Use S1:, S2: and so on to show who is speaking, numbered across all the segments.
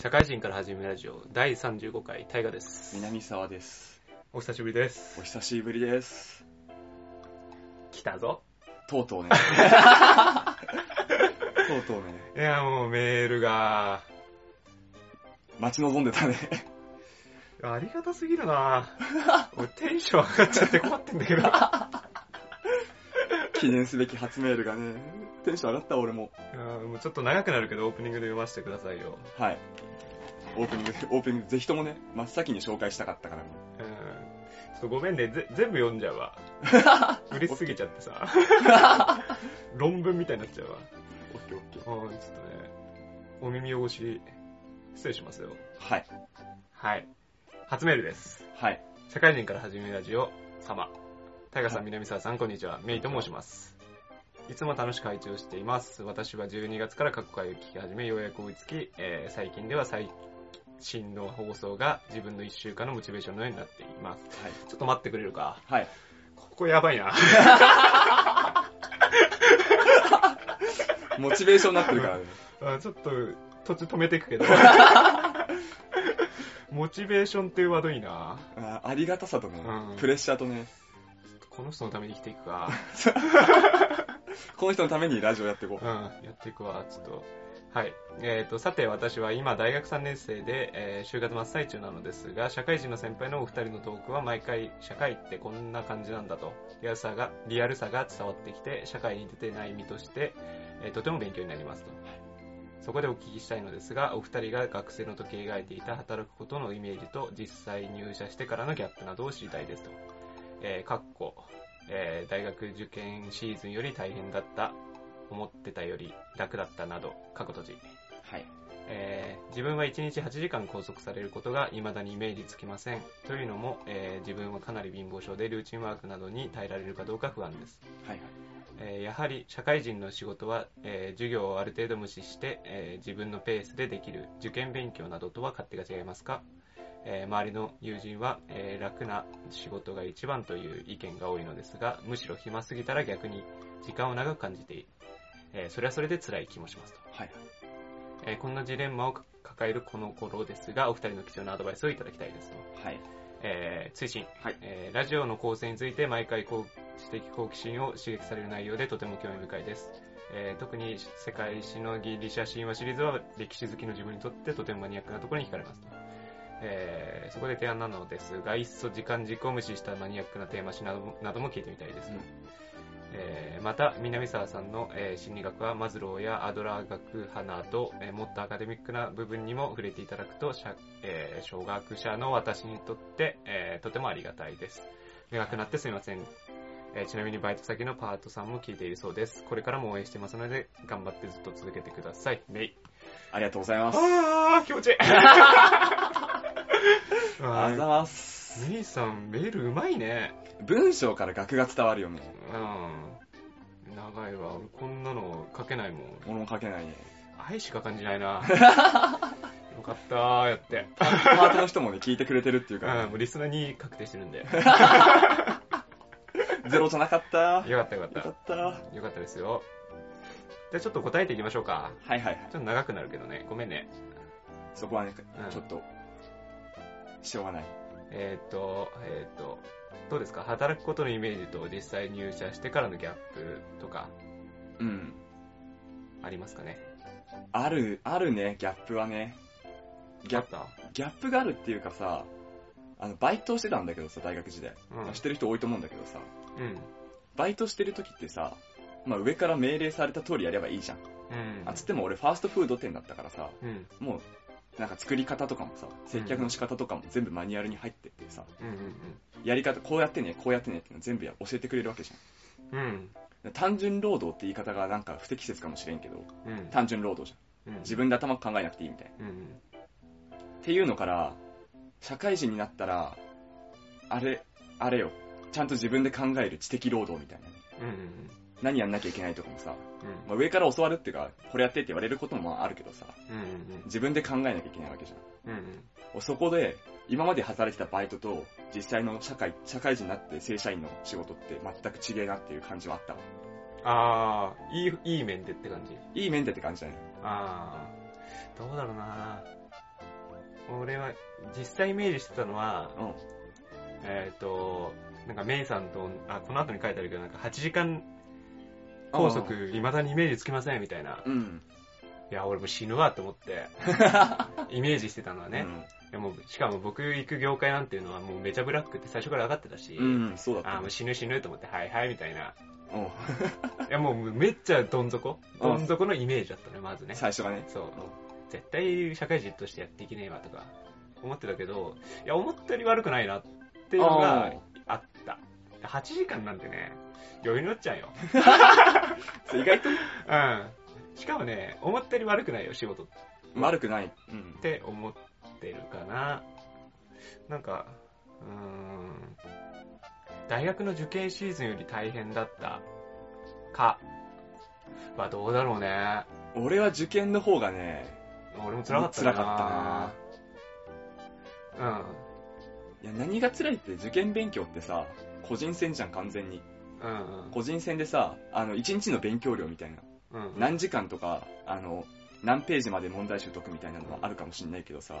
S1: 社会人から始めるラジオ第35回大河です
S2: 南沢です
S1: お久しぶりです
S2: お久しぶりです
S1: 来たぞ
S2: とうとうね とうとうね
S1: いやもうメールが
S2: 待ち望んでたね
S1: ありがたすぎる な俺テンション上がっちゃって困ってんだけど
S2: 記念すべき初メールがねテンション上がった俺も
S1: うんもうちょっと長くなるけどオープニングで読ませてくださいよ
S2: はいオープニングオープニングぜひともね真っ先に紹介したかったからね
S1: うんちょっとごめんねぜ全部読んじゃうわ 嬉しすぎちゃってさ論文みたいになっちゃうわ
S2: オッケーオッケー
S1: うんちょっとねお耳汚し失礼しますよ
S2: はい
S1: はい初メールです
S2: はい
S1: 社会人から始めるラジオ様。タイガさん、南沢さん、こんにちは。メイと申します。いつも楽しく拝聴しています。私は12月から各回を聞き始め、ようやく追いつき、えー最近では最新の放送が自分の1週間のモチベーションのようになっています。
S2: はい
S1: ちょっと待ってくれるか。
S2: はい
S1: ここやばいな。
S2: モチベーションになってるからね
S1: あちょっと、途中止めていくけど。モチベーションっていうワードいいな。
S2: あーありがたさとね、
S1: うん
S2: プレッシャーとね
S1: この人のために生きていくか。
S2: この人のためにラジオやっていこう
S1: うん、やっていくわ、ちょっと。はい。えっ、と、さて、私は今、大学3年生で、えー就活真っ最中なのですが、社会人の先輩のお二人のトークは毎回、社会ってこんな感じなんだと、リアルさが、リアルさが伝わってきて、社会に出てない身として、えーとても勉強になりますと。そこでお聞きしたいのですが、お二人が学生の時描いていた働くことのイメージと、実際入社してからのギャップなどを知りたいですと。えー、かっこ、えー大学受験シーズンより大変だった、思ってたより楽だったなど、過去閉じ。
S2: はい
S1: えー自分は1日8時間拘束されることが未だにイメージつきません。というのも、えー自分はかなり貧乏症でルーチンワークなどに耐えられるかどうか不安です。
S2: はい
S1: えーやはり社会人の仕事は、えー授業をある程度無視して、えー自分のペースでできる受験勉強などとは勝手が違いますか、えー周りの友人は、えー楽な仕事が一番という意見が多いのですがむしろ暇すぎたら逆に時間を長く感じている、えーそれはそれで辛い気もしますと、
S2: はい
S1: えーこんなジレンマを抱えるこの頃ですがお二人の貴重なアドバイスをいただきたいですと
S2: はい
S1: えー推進、
S2: はい
S1: えーラジオの構成について毎回こう知的好奇心を刺激される内容でとても興味深いです、えー特に世界史のギリシャ神話シリーズは歴史好きの自分にとってとてもマニアックなところに惹かれますと、えーそこで提案なのですがいっそ時間軸を無視したマニアックなテーマ誌などもなども聞いてみたいですと、
S2: うん
S1: えーまた南沢さんの、えー心理学はマズローやアドラー学派など、えーもっとアカデミックな部分にも触れていただくと、しゃえー小学者の私にとって、えーとてもありがたいです。長くなってすみません、えーちなみにバイト先のパートさんも聞いているそうです。これからも応援してますので、頑張ってずっと続けてください。メイ。
S2: ありがとうございます
S1: あー、気持 ちいい。
S2: あざ
S1: あ
S2: ます
S1: メイさん、メールうまいね。
S2: 文章から額が伝わるよね
S1: うん。長いわ。俺こんなの書けないもん。
S2: 俺も 書けないね
S1: 愛しか感じ ないなよかったーやって
S2: パートの人もね聞いてくれてるっていう
S1: う
S2: か
S1: ん
S2: ら、
S1: もうリスナーに確定してるんでよ
S2: ゼロじゃなかったよ
S1: かったよかっ
S2: か
S1: た
S2: ったは
S1: よかったですよじゃあちょっと答えていきましょうか
S2: いはいはい
S1: ちょっと長くなるけどねごめんね
S2: そこはね
S1: うん
S2: ちょっとしょうがない
S1: えーっとえーっとどうですか働くことのイメージと実際入社してからのギャップとか
S2: うん
S1: ありますかね
S2: あるあるねギャップはねギャ
S1: ッタ
S2: ギャップがあるっていうかさあのバイトしてたんだけどさ大学時代、
S1: うん
S2: まあしてる人多いと思うんだけどさ
S1: うん
S2: バイトしてる時ってさまあ上から命令された通りやればいいじゃん。
S1: うん
S2: あ、つっても俺ファーストフード店だったからさ、
S1: うん
S2: もう、なんか作り方とかもさ、接客の仕方とかも全部マニュアルに入ってってさ、
S1: うん
S2: やり方、こうやってね、こうやってねっての全部や教えてくれるわけじ
S1: うんうん
S2: ゃん。単純労働って言い方がなんか不適切かもしれんけど、
S1: うんうん
S2: 単純労働じゃ
S1: うん
S2: ん。自分で頭考えなくていいみたいな。
S1: うん
S2: っていうのから、社会人になったら、あれ、あれよ、ちゃんと自分で考える知的労働みたいな。
S1: うんうん
S2: 何やんなきゃいけないとかもさ、
S1: うん
S2: まあ、上から教わるっていうか、これやってって言われることもまああるけどさ、
S1: うん
S2: 自分で考えなきゃいけないわけじゃん。
S1: うんうん
S2: そこで、今まで働いてたバイトと、実際の社会、社会人になって正社員の仕事って全く違えなっていう感じはあったわ。
S1: ああいいいい面でって感じ
S2: いい面でって感じだね。
S1: ああどうだろうな俺は、実際イメージしてたのは、
S2: うん。
S1: えっ、と、なんかメイさんと、あ、この後に書いてあるけど、なんか8時間拘束、未だにイメージつきませんみたいな。
S2: うん。
S1: いや、俺もう死ぬわって思って、イメージしてたのはね。いやもうしかも僕行く業界なんていうのはもうめちゃブラックって最初から上がってたし、
S2: うん。うん、そうだった。
S1: あーもう死ぬ死ぬと思って、はいはいみたいな。
S2: うん。
S1: いやもうめっちゃどん底。
S2: あ
S1: どん底のイメージだったね、まずね。
S2: 最初がね。
S1: そう。絶対社会人としてやっていけねえわとか思ってたけど、いや思ったより悪くないなっていうのがあった。8時間なんてね、余裕になっちゃうよ。
S2: あー意外と
S1: うん。しかもね、思ったより悪くないよ、仕事って。
S2: 悪くない。うん
S1: っ。て思ってるかな。なんか、うーん、大学の受験シーズンより大変だったかはどうだろうね。
S2: 俺は受験の方がね、
S1: 俺も辛かったな。
S2: 辛か
S1: ったな。
S2: いや、何が辛いって受験勉強ってさ、個人戦じゃん、完全に。
S1: うん。うん
S2: 個人戦でさ、あの、一日の勉強量みたいな。
S1: うん。うん。
S2: 何時間とか、あの、何ページまで問題集解くみたいなのはあるかもしんないけどさ、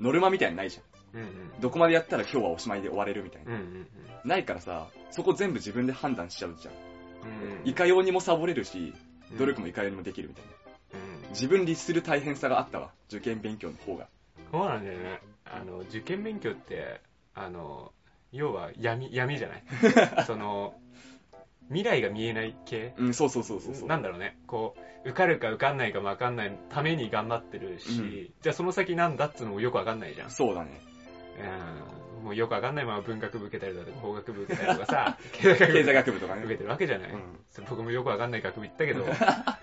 S2: ノルマみたいなのないじゃ
S1: うん
S2: ん。どこまでやったら今日はおしまいで終われるみたい
S1: うん。う
S2: な。
S1: んうん
S2: ないからさ、そこ全部自分で判断しちゃうじゃん。
S1: うん。うん
S2: いかようにもサボれるし、
S1: うん
S2: 努力もいかようにもできるみたいな。
S1: うん
S2: 自分律する大変さがあったわ。受験勉強の方が。
S1: そうなんだよね。あの、受験勉強って、あの、要は闇、闇じゃない その、未来が見えない系
S2: うん、そうそうそうそうそう。
S1: なんだろうねこう受かるか受かんないかも分かんないために頑張ってるし、
S2: うん
S1: じゃあその先なんだっつうのもよく分かんないじゃん、
S2: そ うだね。
S1: うん、もうよく分かんないまま文学部受けたりだとか法学部受けたりとかさ 経済
S2: 経済
S1: 学
S2: 学部とか
S1: 部
S2: ね。
S1: 受けてるわけじゃない、
S2: うん
S1: それ僕もよく分かんない学部行ったけど あ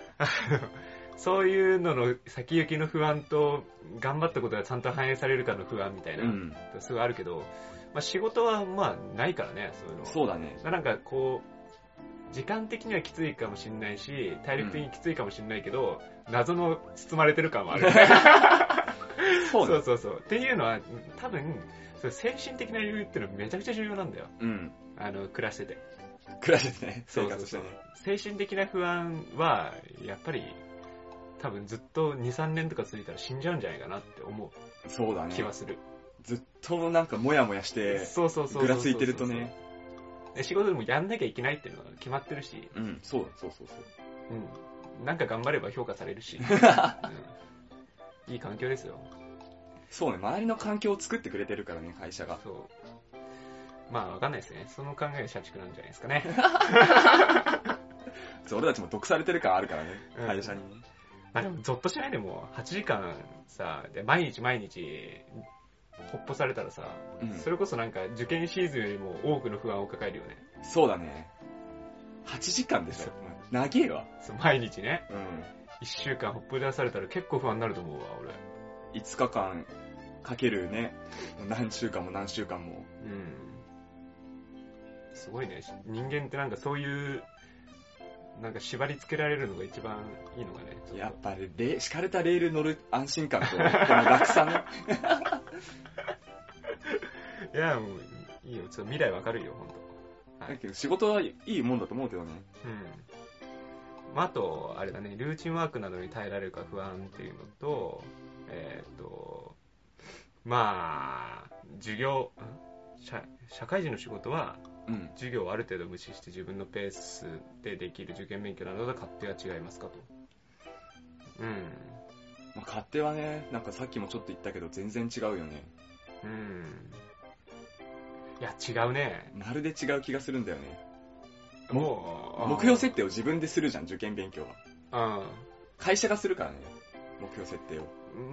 S1: のそういうのの先行きの不安と頑張ったことがちゃんと反映されるかの不安みたいな、
S2: うん。
S1: すごいあるけど、まあ、仕事はまあないからねそういうの
S2: そうだね。
S1: まあなんかこう、時間的にはきついかもしんないし、体力的にきついかもしんないけど、謎の包まれてる感もある。
S2: そう
S1: そ
S2: だ
S1: う
S2: ね。
S1: そうそう。っていうのは、多分、それ精神的な余裕っていうのはめちゃくちゃ重要なんだよ。
S2: うん。
S1: あの、暮らしてて。
S2: 暮らしてね。
S1: そう
S2: 生
S1: そうそう
S2: 活してね。
S1: 精神的な不安は、やっぱり、多分ずっと2、3年とか続いたら死んじゃうんじゃないかなって思う
S2: そうだね
S1: 気。はする。
S2: ずっとなんかモヤモヤして、
S1: そうそうそうそうそう。
S2: ぐらついてるとね。
S1: で。仕事でもやんなきゃいけないっていうのが決まってるし、
S2: うん、そうそうそうそう。
S1: うん。なんか頑張れば評価される し。うんいい環境ですよ。
S2: そうね、周りの環境を作ってくれてるからね、会社が。
S1: そう。まあ、わかんないですね。その考えが社畜なんじゃないですかね。
S2: そう俺たちも毒されてる感あるからね、
S1: うん
S2: 会社に。
S1: まあでも、ゾッとしないでも、8時間さ、で毎日毎日、ほっぽされたらさ、
S2: うん
S1: それこそなんか、受験シーズンよりも多くの不安を抱えるよね。
S2: そうだね。8時間でしょ。うん長えわ。
S1: そう毎日ね、
S2: うん。
S1: 1週間ほっぽり出されたら結構不安になると思うわ、俺。
S2: 5日間かけるね、もう何週間も何週間も。
S1: うん。すごいね。し人間ってなんかそういう、なんか縛り付けられるのが一番いいのがね。ちょっと
S2: やっぱり、れ敷かれたレール乗る安心感と、この楽さ ね。
S1: いや、もう、いいよ。ちょっと未来わかるよ、ほんと。
S2: だけど仕事はいいもんだと思うけどね。
S1: うん。まあ、あと、あれだね、ルーチンワークなどに耐えられるか不安っていうのと、えっ、と、まあ、授業、ん社社会人の仕事は、
S2: うん。
S1: 授業をある程度無視して自分のペースでできる受験勉強などと勝手が違いますかと。うん。
S2: まあ、勝手はね、なんかさっきもちょっと言ったけど、全然違うよね。
S1: うん。いや、違うね。
S2: まるで違う気がするんだよね。
S1: もう、
S2: 目標設定を自分でするじゃん、受験勉強は。
S1: うん。
S2: 会社がするからね、目標設定を。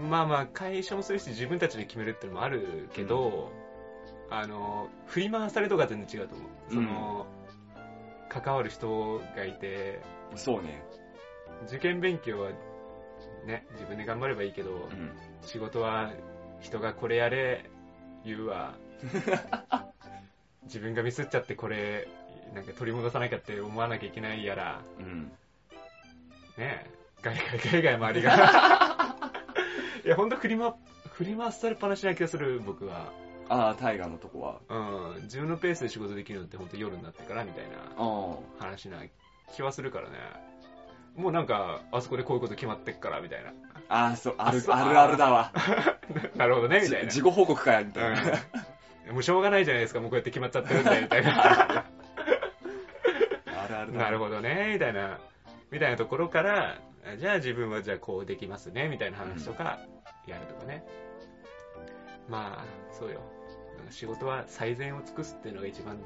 S1: まあまあ、会社もするし、自分たちで決めるってのもあるけど、あの、振り回されとか全然違うと思う。その、関わる人がいて、
S2: そうね。
S1: 受験勉強はね、自分で頑張ればいいけど、
S2: うん。
S1: 仕事は人がこれやれ言う わ自分がミスっちゃってこれなんか取り戻さなきゃって思わなきゃいけないやら
S2: うん。
S1: ねえガリガリガリガリ周りが いやほんと振り,、ま、振り回されっぱなしな気がする僕は、
S2: ああ、タイガーのとこは。
S1: うん、自分のペースで仕事できるのってほんと夜になってからみたいな
S2: あ
S1: 話な気はするからねもうなんか、あそこでこういうこと決まってっから、みたいな。
S2: ああ、そう、ある
S1: そう
S2: あるあるだわ。
S1: なるほどね、み
S2: じ
S1: たいな
S2: 事。後報告かよ、みたいな。
S1: うん、もうしょうがないじゃないですか、もうこうやって決まっちゃってるんで、みたいな。
S2: あるあるだわ。
S1: なるほどね、みたいな。みたいなところから、あじゃあ自分はじゃあこうできますね、みたいな話とか、やるとかね。まあ、そうよ。仕事は最善を尽くすっていうのが一番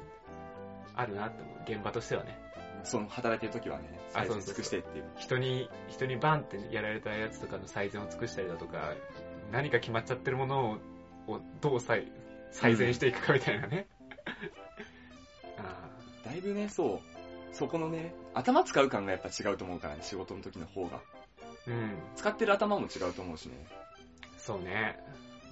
S1: あるなって思う。現場としてはね。
S2: その働いてる時はね、
S1: あ
S2: 最
S1: そうそうそう
S2: 善尽くしてっていう。
S1: 人に、人にバンってやられたやつとかの最善を尽くしたりだとか、何か決まっちゃってるものををどう最、最善していくかみたいなね。 あ
S2: だいぶね、そう、そこのね、頭使う感がやっぱ違うと思うからね、仕事の時の方が。
S1: ーうん、
S2: 使ってる頭も違うと思うしね、
S1: そうね。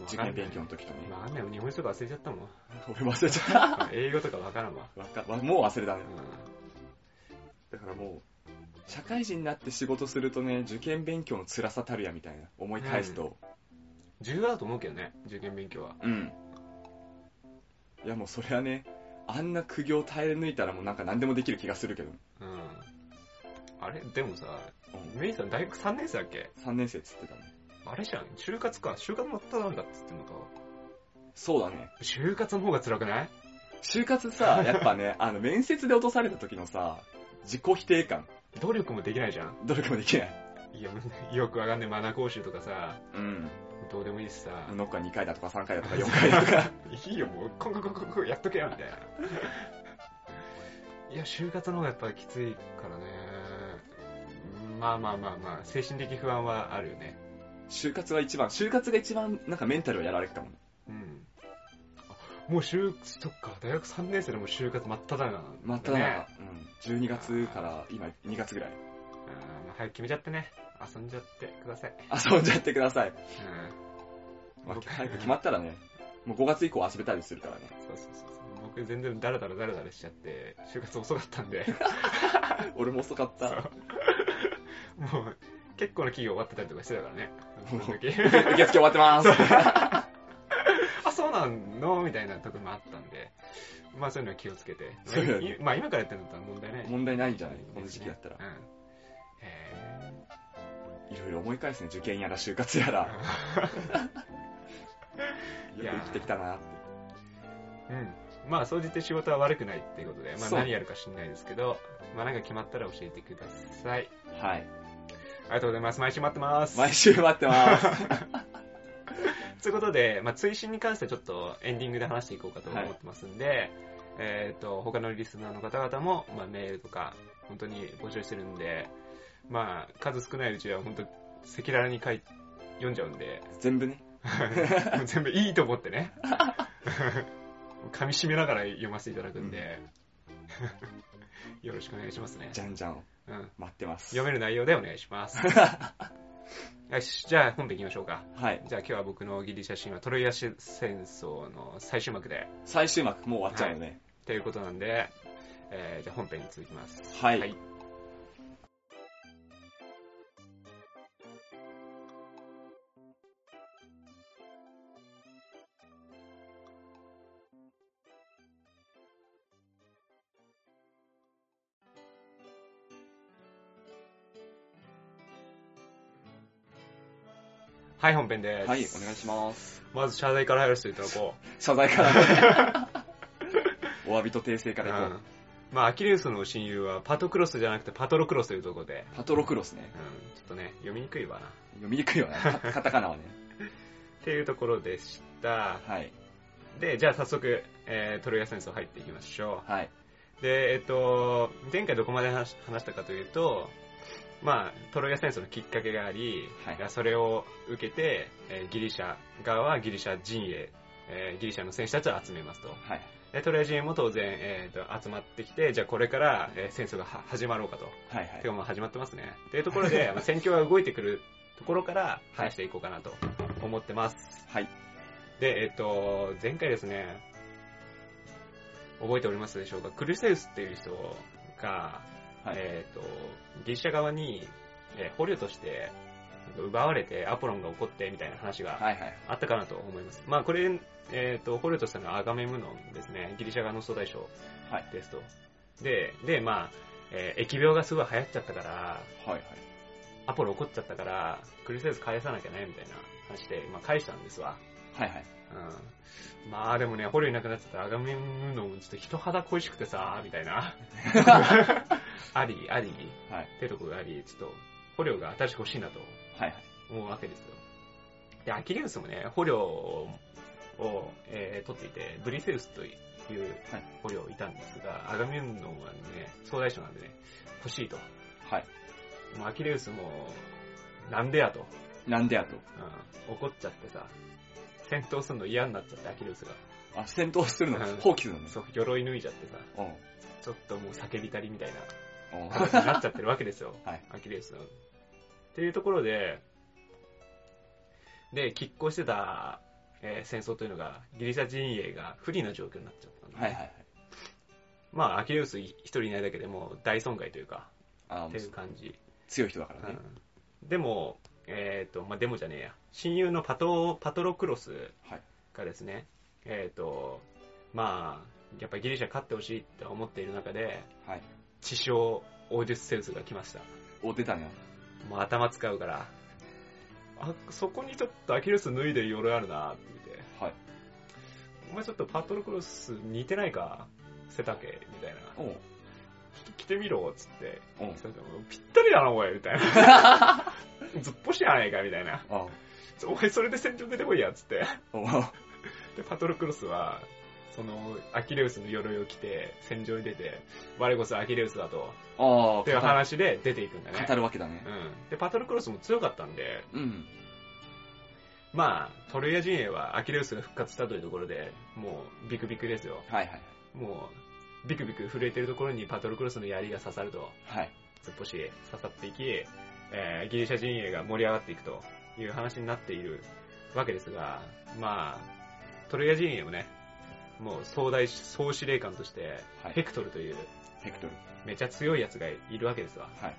S2: 受験勉強の時とね。
S1: わかんない。わかんない日本語とか忘れちゃったもん。
S2: 俺忘れちゃっ
S1: 英語とかわからんわ。
S2: た。わかわもう忘れたね
S1: う。ん
S2: だからもう、社会人になって仕事するとね、受験勉強の辛さたるやみたいな思い返すと、
S1: 重要だと思うけどね、受験勉強は。
S2: うん。いやもうそれはね、あんな苦行耐え抜いたらもうなんか何でもできる気がするけど。
S1: うん。あれでもさ、
S2: うん。
S1: メイさん大学3年生だっけ
S2: 3年生っつってたね。
S1: あれじゃん。就活か。就活もったなんだっつってんのか。
S2: そうだね。
S1: 就活の方が辛くない
S2: 就活さ、やっぱね、あの、面接で落とされた時のさ、自己否定感、
S1: 努力もできないじゃん。
S2: 努力もできない。
S1: いや、よくわかんないマナー講習とかさ、
S2: うん。
S1: どうでもいいしさ、
S2: ノックは2回だとか3回だとか4回だ とか。
S1: いいよ、もう、コンコンコンコンコンやっとけよ、みたいな。いや、就活の方がやっぱきついからね。まあまあまあまあ、精神的不安はあるよね。
S2: 就活は一番、就活が一番なんかメンタルをやられてたもん。
S1: うん。あもう就、そっか、大学3年生でもう就活真っ只中なんだね。
S2: またなん
S1: ね
S2: か、うん。12月から今2月ぐらい。
S1: あーまあ早く決めちゃってね。遊んじゃってください。
S2: 遊んじゃってください。
S1: うん。
S2: まあ
S1: 僕
S2: 早く決まったらね、もう5月以降遊べたりするからね。
S1: そうそうそうそう。僕全然ダラダラダラダラしちゃって、就活遅かったん で。
S2: 俺も遅かっ
S1: そ
S2: た。
S1: うもう、結構な企業終わってたりとかしてたからね。その 時
S2: 受付終わってます。
S1: あ、そうなんのみたいなとこもあったんで。まあそういうのは気をつけて。
S2: そうだね
S1: いまあ今からやってるんだったら問題ない。
S2: 問題ないんじゃないこの時期だったら
S1: うん。。へ
S2: いろいろ思い返すね。受験やら就活や ら。よく生きてきたなって。
S1: えうん。まあ総じて仕事は悪くないっていうことで、まあ
S2: そう
S1: 何やるか知んないですけど、まあなんか決まったら教えてください。あ
S2: はい。
S1: りがとうございます。毎週待ってます。
S2: 毎週待って ます。
S1: ということで、まあ、追伸に関してはちょっとエンディングで話していこうかと思ってますんで、えっ、と、他のリスナーの方々も、まあ、メールとか、本当に募集してるんで、まあ、数少ないうちは本当、赤裸々に書い、読んじゃうんで、
S2: 全部ね。
S1: もう全部いいと思って ね。噛み締めながら読ませていただくんで、 よろしくお願いしますね。
S2: じゃんじゃん。
S1: うん、
S2: 待ってます。
S1: 読める内容でお願いし ます。よし、じゃあ本編行きましょうか。
S2: はい。
S1: じゃあ今日は僕のギリシャ神話トロイア戦争の最終幕で
S2: 最終幕、もう終わっちゃうよね。
S1: ということなんで、えーじゃあ本編に続きます。
S2: はい。
S1: はいはい、本編です。
S2: はい、お願いします。
S1: まず謝罪から入らせていただこう。
S2: 謝罪からね。 お詫びと訂正からいこう。
S1: うんまあ、アキレウスの親友はパトクロスじゃなくてパトロクロスというところで、
S2: パトロクロスね
S1: うん。、ちょっとね、読みにくいわな。っ
S2: 読みにくいよ ね。カカタカナはね。
S1: ていうところでした。
S2: はい。
S1: で、じゃあ早速、えートロイア戦争入っていきましょ
S2: はい。
S1: う。で、えっと、前回どこまで話し話したかというと、まあ、トロイア戦争のきっかけがあり、
S2: はい
S1: やそれを受けて、えーギリシャ側はギリシャ陣営、えーギリシャの戦士たちを集めますと。
S2: はい。
S1: で、トロイア陣営も当然、えーと集まってきて、じゃあこれから、えー戦争がは始まろうかと。
S2: はい
S1: て
S2: は
S1: かもう始まってますね。っていうところ で、まあ戦況が動いてくるところから話していこうかなと思ってます。
S2: い。はい。
S1: で、えっと、前回ですね、覚えておりますでしょうか、クルセウスっていう人が、
S2: はい。
S1: えっと、ギリシャ側に、えー捕虜として奪われてアポロンが怒ってみたいな話が
S2: はいはい。
S1: あったかなと思います。まあこれ、えっ、と、ホルトさんのアガメムノンですね、ギリシャ側の総大将
S2: はい
S1: ですと。で、で、まあ、えー疫病がすごい流行っちゃったから、
S2: はいはい。
S1: アポロ怒っちゃったから、クリスエス返さなきゃね、みたいな話で、まあ返したんですわ。
S2: はいはい。
S1: うん。まあでもね、捕虜いなくなっちゃったアガメムノン、ちょっと人肌恋しくてさ、みたい な。あり、あり、
S2: はい。
S1: テロがあり、ちょっと、捕虜が新しく欲しいなと
S2: はいはい。
S1: 思うわけですよ。で、アキレウスもね、捕虜を、えー取っていて、ブリセウスという
S2: はい
S1: 捕虜いたんですが、アガメムノンはね、総大将なんでね、欲しいと。
S2: はい。
S1: もうアキレウスも、なんでやと、
S2: なんでやと。
S1: うん、怒っちゃってさ、戦闘するの嫌になっちゃって、アキレウスが。
S2: あ、戦闘するの
S1: うん、
S2: 放棄するのね。
S1: そう、鎧脱いじゃってさ、
S2: うん。
S1: ちょっともう叫びたりみたいな
S2: うん。
S1: 話になっちゃってるわけですよ
S2: はい
S1: アキレウスの。っていうところで、で、拮抗してた、えー戦争というのが、ギリシャ陣営が不利な状況になっちゃったので
S2: はいはいはい。
S1: まあ、アキレウス一人いないだけでもう大損害というか、
S2: あ
S1: っていう感じ。
S2: 強い人だからね。
S1: うんでも、えっ、と、まあ、でもじゃねえや。親友のパト、パトロクロス
S2: はい
S1: がですね、えっ、と、まあ、やっぱりギリシャ勝ってほしいって思っている中で、
S2: はい。
S1: 地匠オーデュスセウスが来ました
S2: お、出たね。
S1: もう頭使うからあそこにちょっとアキレス脱いでる夜あるなって見て
S2: はい。
S1: お前ちょっとパトロクロス似てないか背丈みたいなち
S2: お
S1: ょっ
S2: う。
S1: と着てみろっつって
S2: おう。
S1: ぴったりだなお前みたいなずっぽしやないかみたいな
S2: あ
S1: ちょお前それで戦場出てこいやっつって
S2: おう。
S1: でパトロクロスはそのアキレウスの鎧を着て戦場に出て我こそアキレウスだと
S2: あ
S1: っていう
S2: あ、
S1: 話で出ていくんだね
S2: 語るわけだね。
S1: うんで、パトルクロスも強かったんで、
S2: うん。
S1: まあ、トルヤ陣営はアキレウスが復活したというところで、もうビクビクですよ。
S2: はいはい
S1: もう、ビクビク震えてるところにパトルクロスの槍が刺さると、
S2: はい。はい。
S1: ずっぽし刺さっていき、えーギリシャ陣営が盛り上がっていくという話になっているわけですが、まあ、トルヤ陣営もね、もう総大、総司令官として、
S2: はい
S1: ヘクトルという
S2: ヘクトル。
S1: めちゃ強いやつがいるわけですわ。
S2: はい。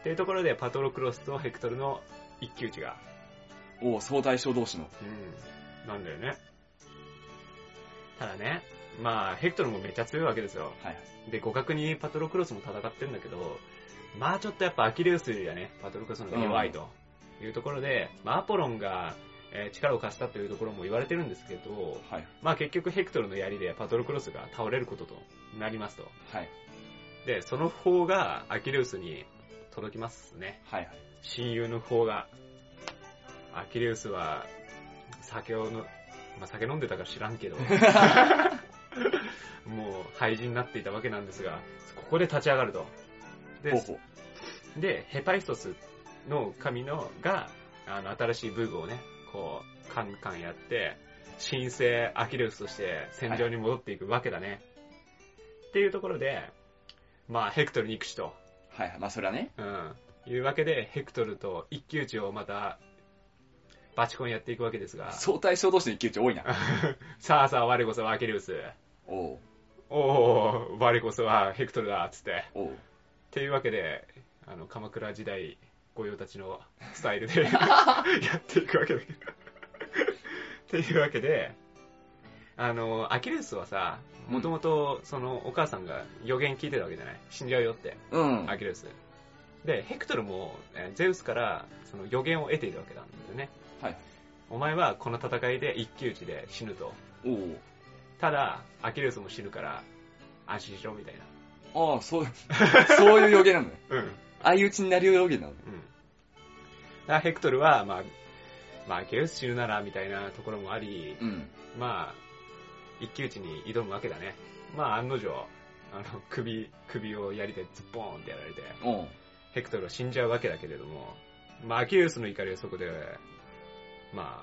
S1: っていうところで、パトロクロスとヘクトルの一騎打ちが
S2: おう、総大将同士の。
S1: うん。なんだよね。ただね、まあ、ヘクトルもめっちゃ強いわけですよ。
S2: はいはい。
S1: で、互角にパトロクロスも戦ってんだけど、まあちょっとやっぱアキレウスよりはね、パトロクロスの方が弱いというところで、まあアポロンが、えー力を貸したというところも言われてるんですけど、
S2: はい。
S1: まあ結局ヘクトルの槍でパトロクロスが倒れることとなりますと。
S2: はい。
S1: で、その方がアキレウスに届きますね。
S2: はいはい。
S1: 親友の方が、アキレウスは、酒をの、まあ、酒飲んでたか知らん けど、もう廃人になっていたわけなんですが、ここで立ち上がると。
S2: ほう
S1: で、
S2: ほう。
S1: でヘパイストスの神のが、あの、新しい武具をね、こう、カンカンやって、新生アキレウスとして戦場に戻っていくわけだね。っていうところで、まあ、ヘクトルに行くしと。
S2: はいはい。まあそれはね。
S1: うん。いうわけで、ヘクトルと一騎打ちをまた、バチコンやっていくわけですが、
S2: 総大将同士の一騎打ち多いな。
S1: さあさあ我こそはアキレウス、
S2: おう。
S1: おおう、我こそはヘクトルだ、つって。っ
S2: おう。
S1: ていうわけで、あの、鎌倉時代御用達のスタイルでやっていくわけだけど。っていうわけで、あの、アキレウスはさ、もともと、その、お母さんが予言聞いてたわけじゃない死んじゃうよって。
S2: うん。
S1: アキレウス。で、ヘクトルも、えーゼウスからその予言を得ているわけなんですよね。
S2: はい。
S1: お前はこの戦いで一騎打ちで死ぬと。
S2: おう。
S1: ただ、アキレウスも死ぬから安心しろみたい
S2: ああ、そう、 そういう予言なのね。
S1: な。うん。うん。
S2: 相打ちになる予言なのね。
S1: だからヘクトルは、まあ、まあ、アキレウス死ぬならみたいなところもあり、
S2: うん。
S1: まあ、一騎打ちに挑むわけだね。まあ、案の定、あの、首、首を槍でズッポーンってやられて、
S2: おう。
S1: ヘクトルは死んじゃうわけだけれども、まあ、アキレウスの怒りはそこで、ま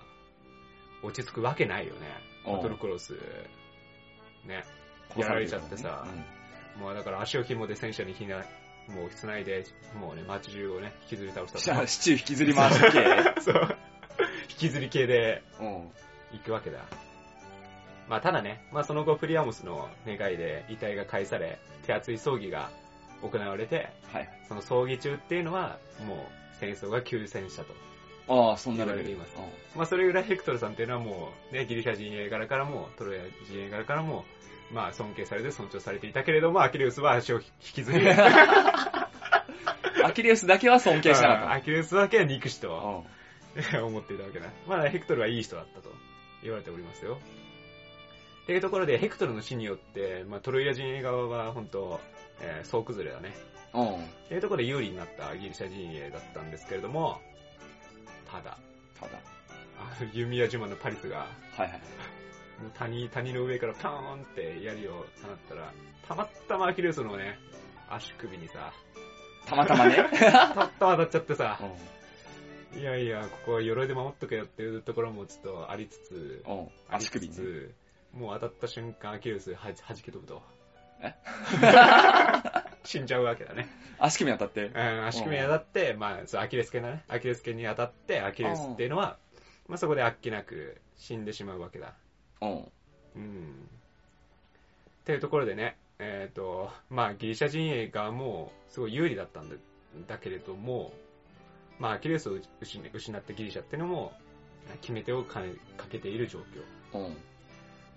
S1: あ、落ち着くわけないよね。
S2: うん
S1: パトルクロス、ね。やられちゃってさもうだから足を紐で戦車にひな、もう繋いで、もうね、街中をね、引きずり倒した
S2: じゃあ、シチュー引きずり回して け。
S1: そう。引きずり系で
S2: うん。
S1: 行くわけだ。まあ、ただね、まあ、その後、プリアモスの願いで遺体が返され、手厚い葬儀が行われて、
S2: はい。
S1: その葬儀中っていうのは、もう戦争が休戦したと。
S2: ああ、そんなレベル。
S1: 言われてまあそれぐらいヘクトルさんっていうのはもう、ね、ギリシャ陣営側からも、トロヤ陣営側からも、まあ、尊敬されて尊重されていたけれども、アキレウスは足を引きずり、
S2: アキレウスだけは尊敬しなか
S1: ア
S2: っ
S1: キレウスだけは憎しと
S2: た。うん
S1: 思っていたわけだ。まあ、ヘクトルはいい人だったと言われておりますよ。というところで、ヘクトルの死によって、まあ、トロイア陣営側は本当、えー総崩れだね。
S2: うん。
S1: というところで有利になったギリシャ陣営だったんですけれども、ただ、
S2: ただ。
S1: あの弓矢島のパリスが、
S2: はいはい。
S1: もう谷、谷の上からパーンって槍を放ったら、たまたまアキレウスのね、足首にさ、
S2: たまたまね。
S1: たまたま当たっちゃってさ、いやいや、ここは鎧で守っとけよっていうところもちょっとありつつ、
S2: うん。うん。足首
S1: あり
S2: ね
S1: つ。つもう当たった瞬間アキレウスはじ弾け飛ぶと。
S2: え
S1: 死んじゃうわけだね。
S2: 足首に当たって。
S1: うん、足首に当たって、まあ、そう、アキレス腱だね。アキレス腱に当たって、アキレスっていうのは、まあそこであっけなく死んでしまうわけだ。
S2: うん。
S1: うん。っていうところでね、えっ、と、まあギリシャ陣営がもう、すごい有利だったんだだけれども、まあアキレスを失失ってギリシャっていうのも、決め手をかかけている状況。
S2: うん。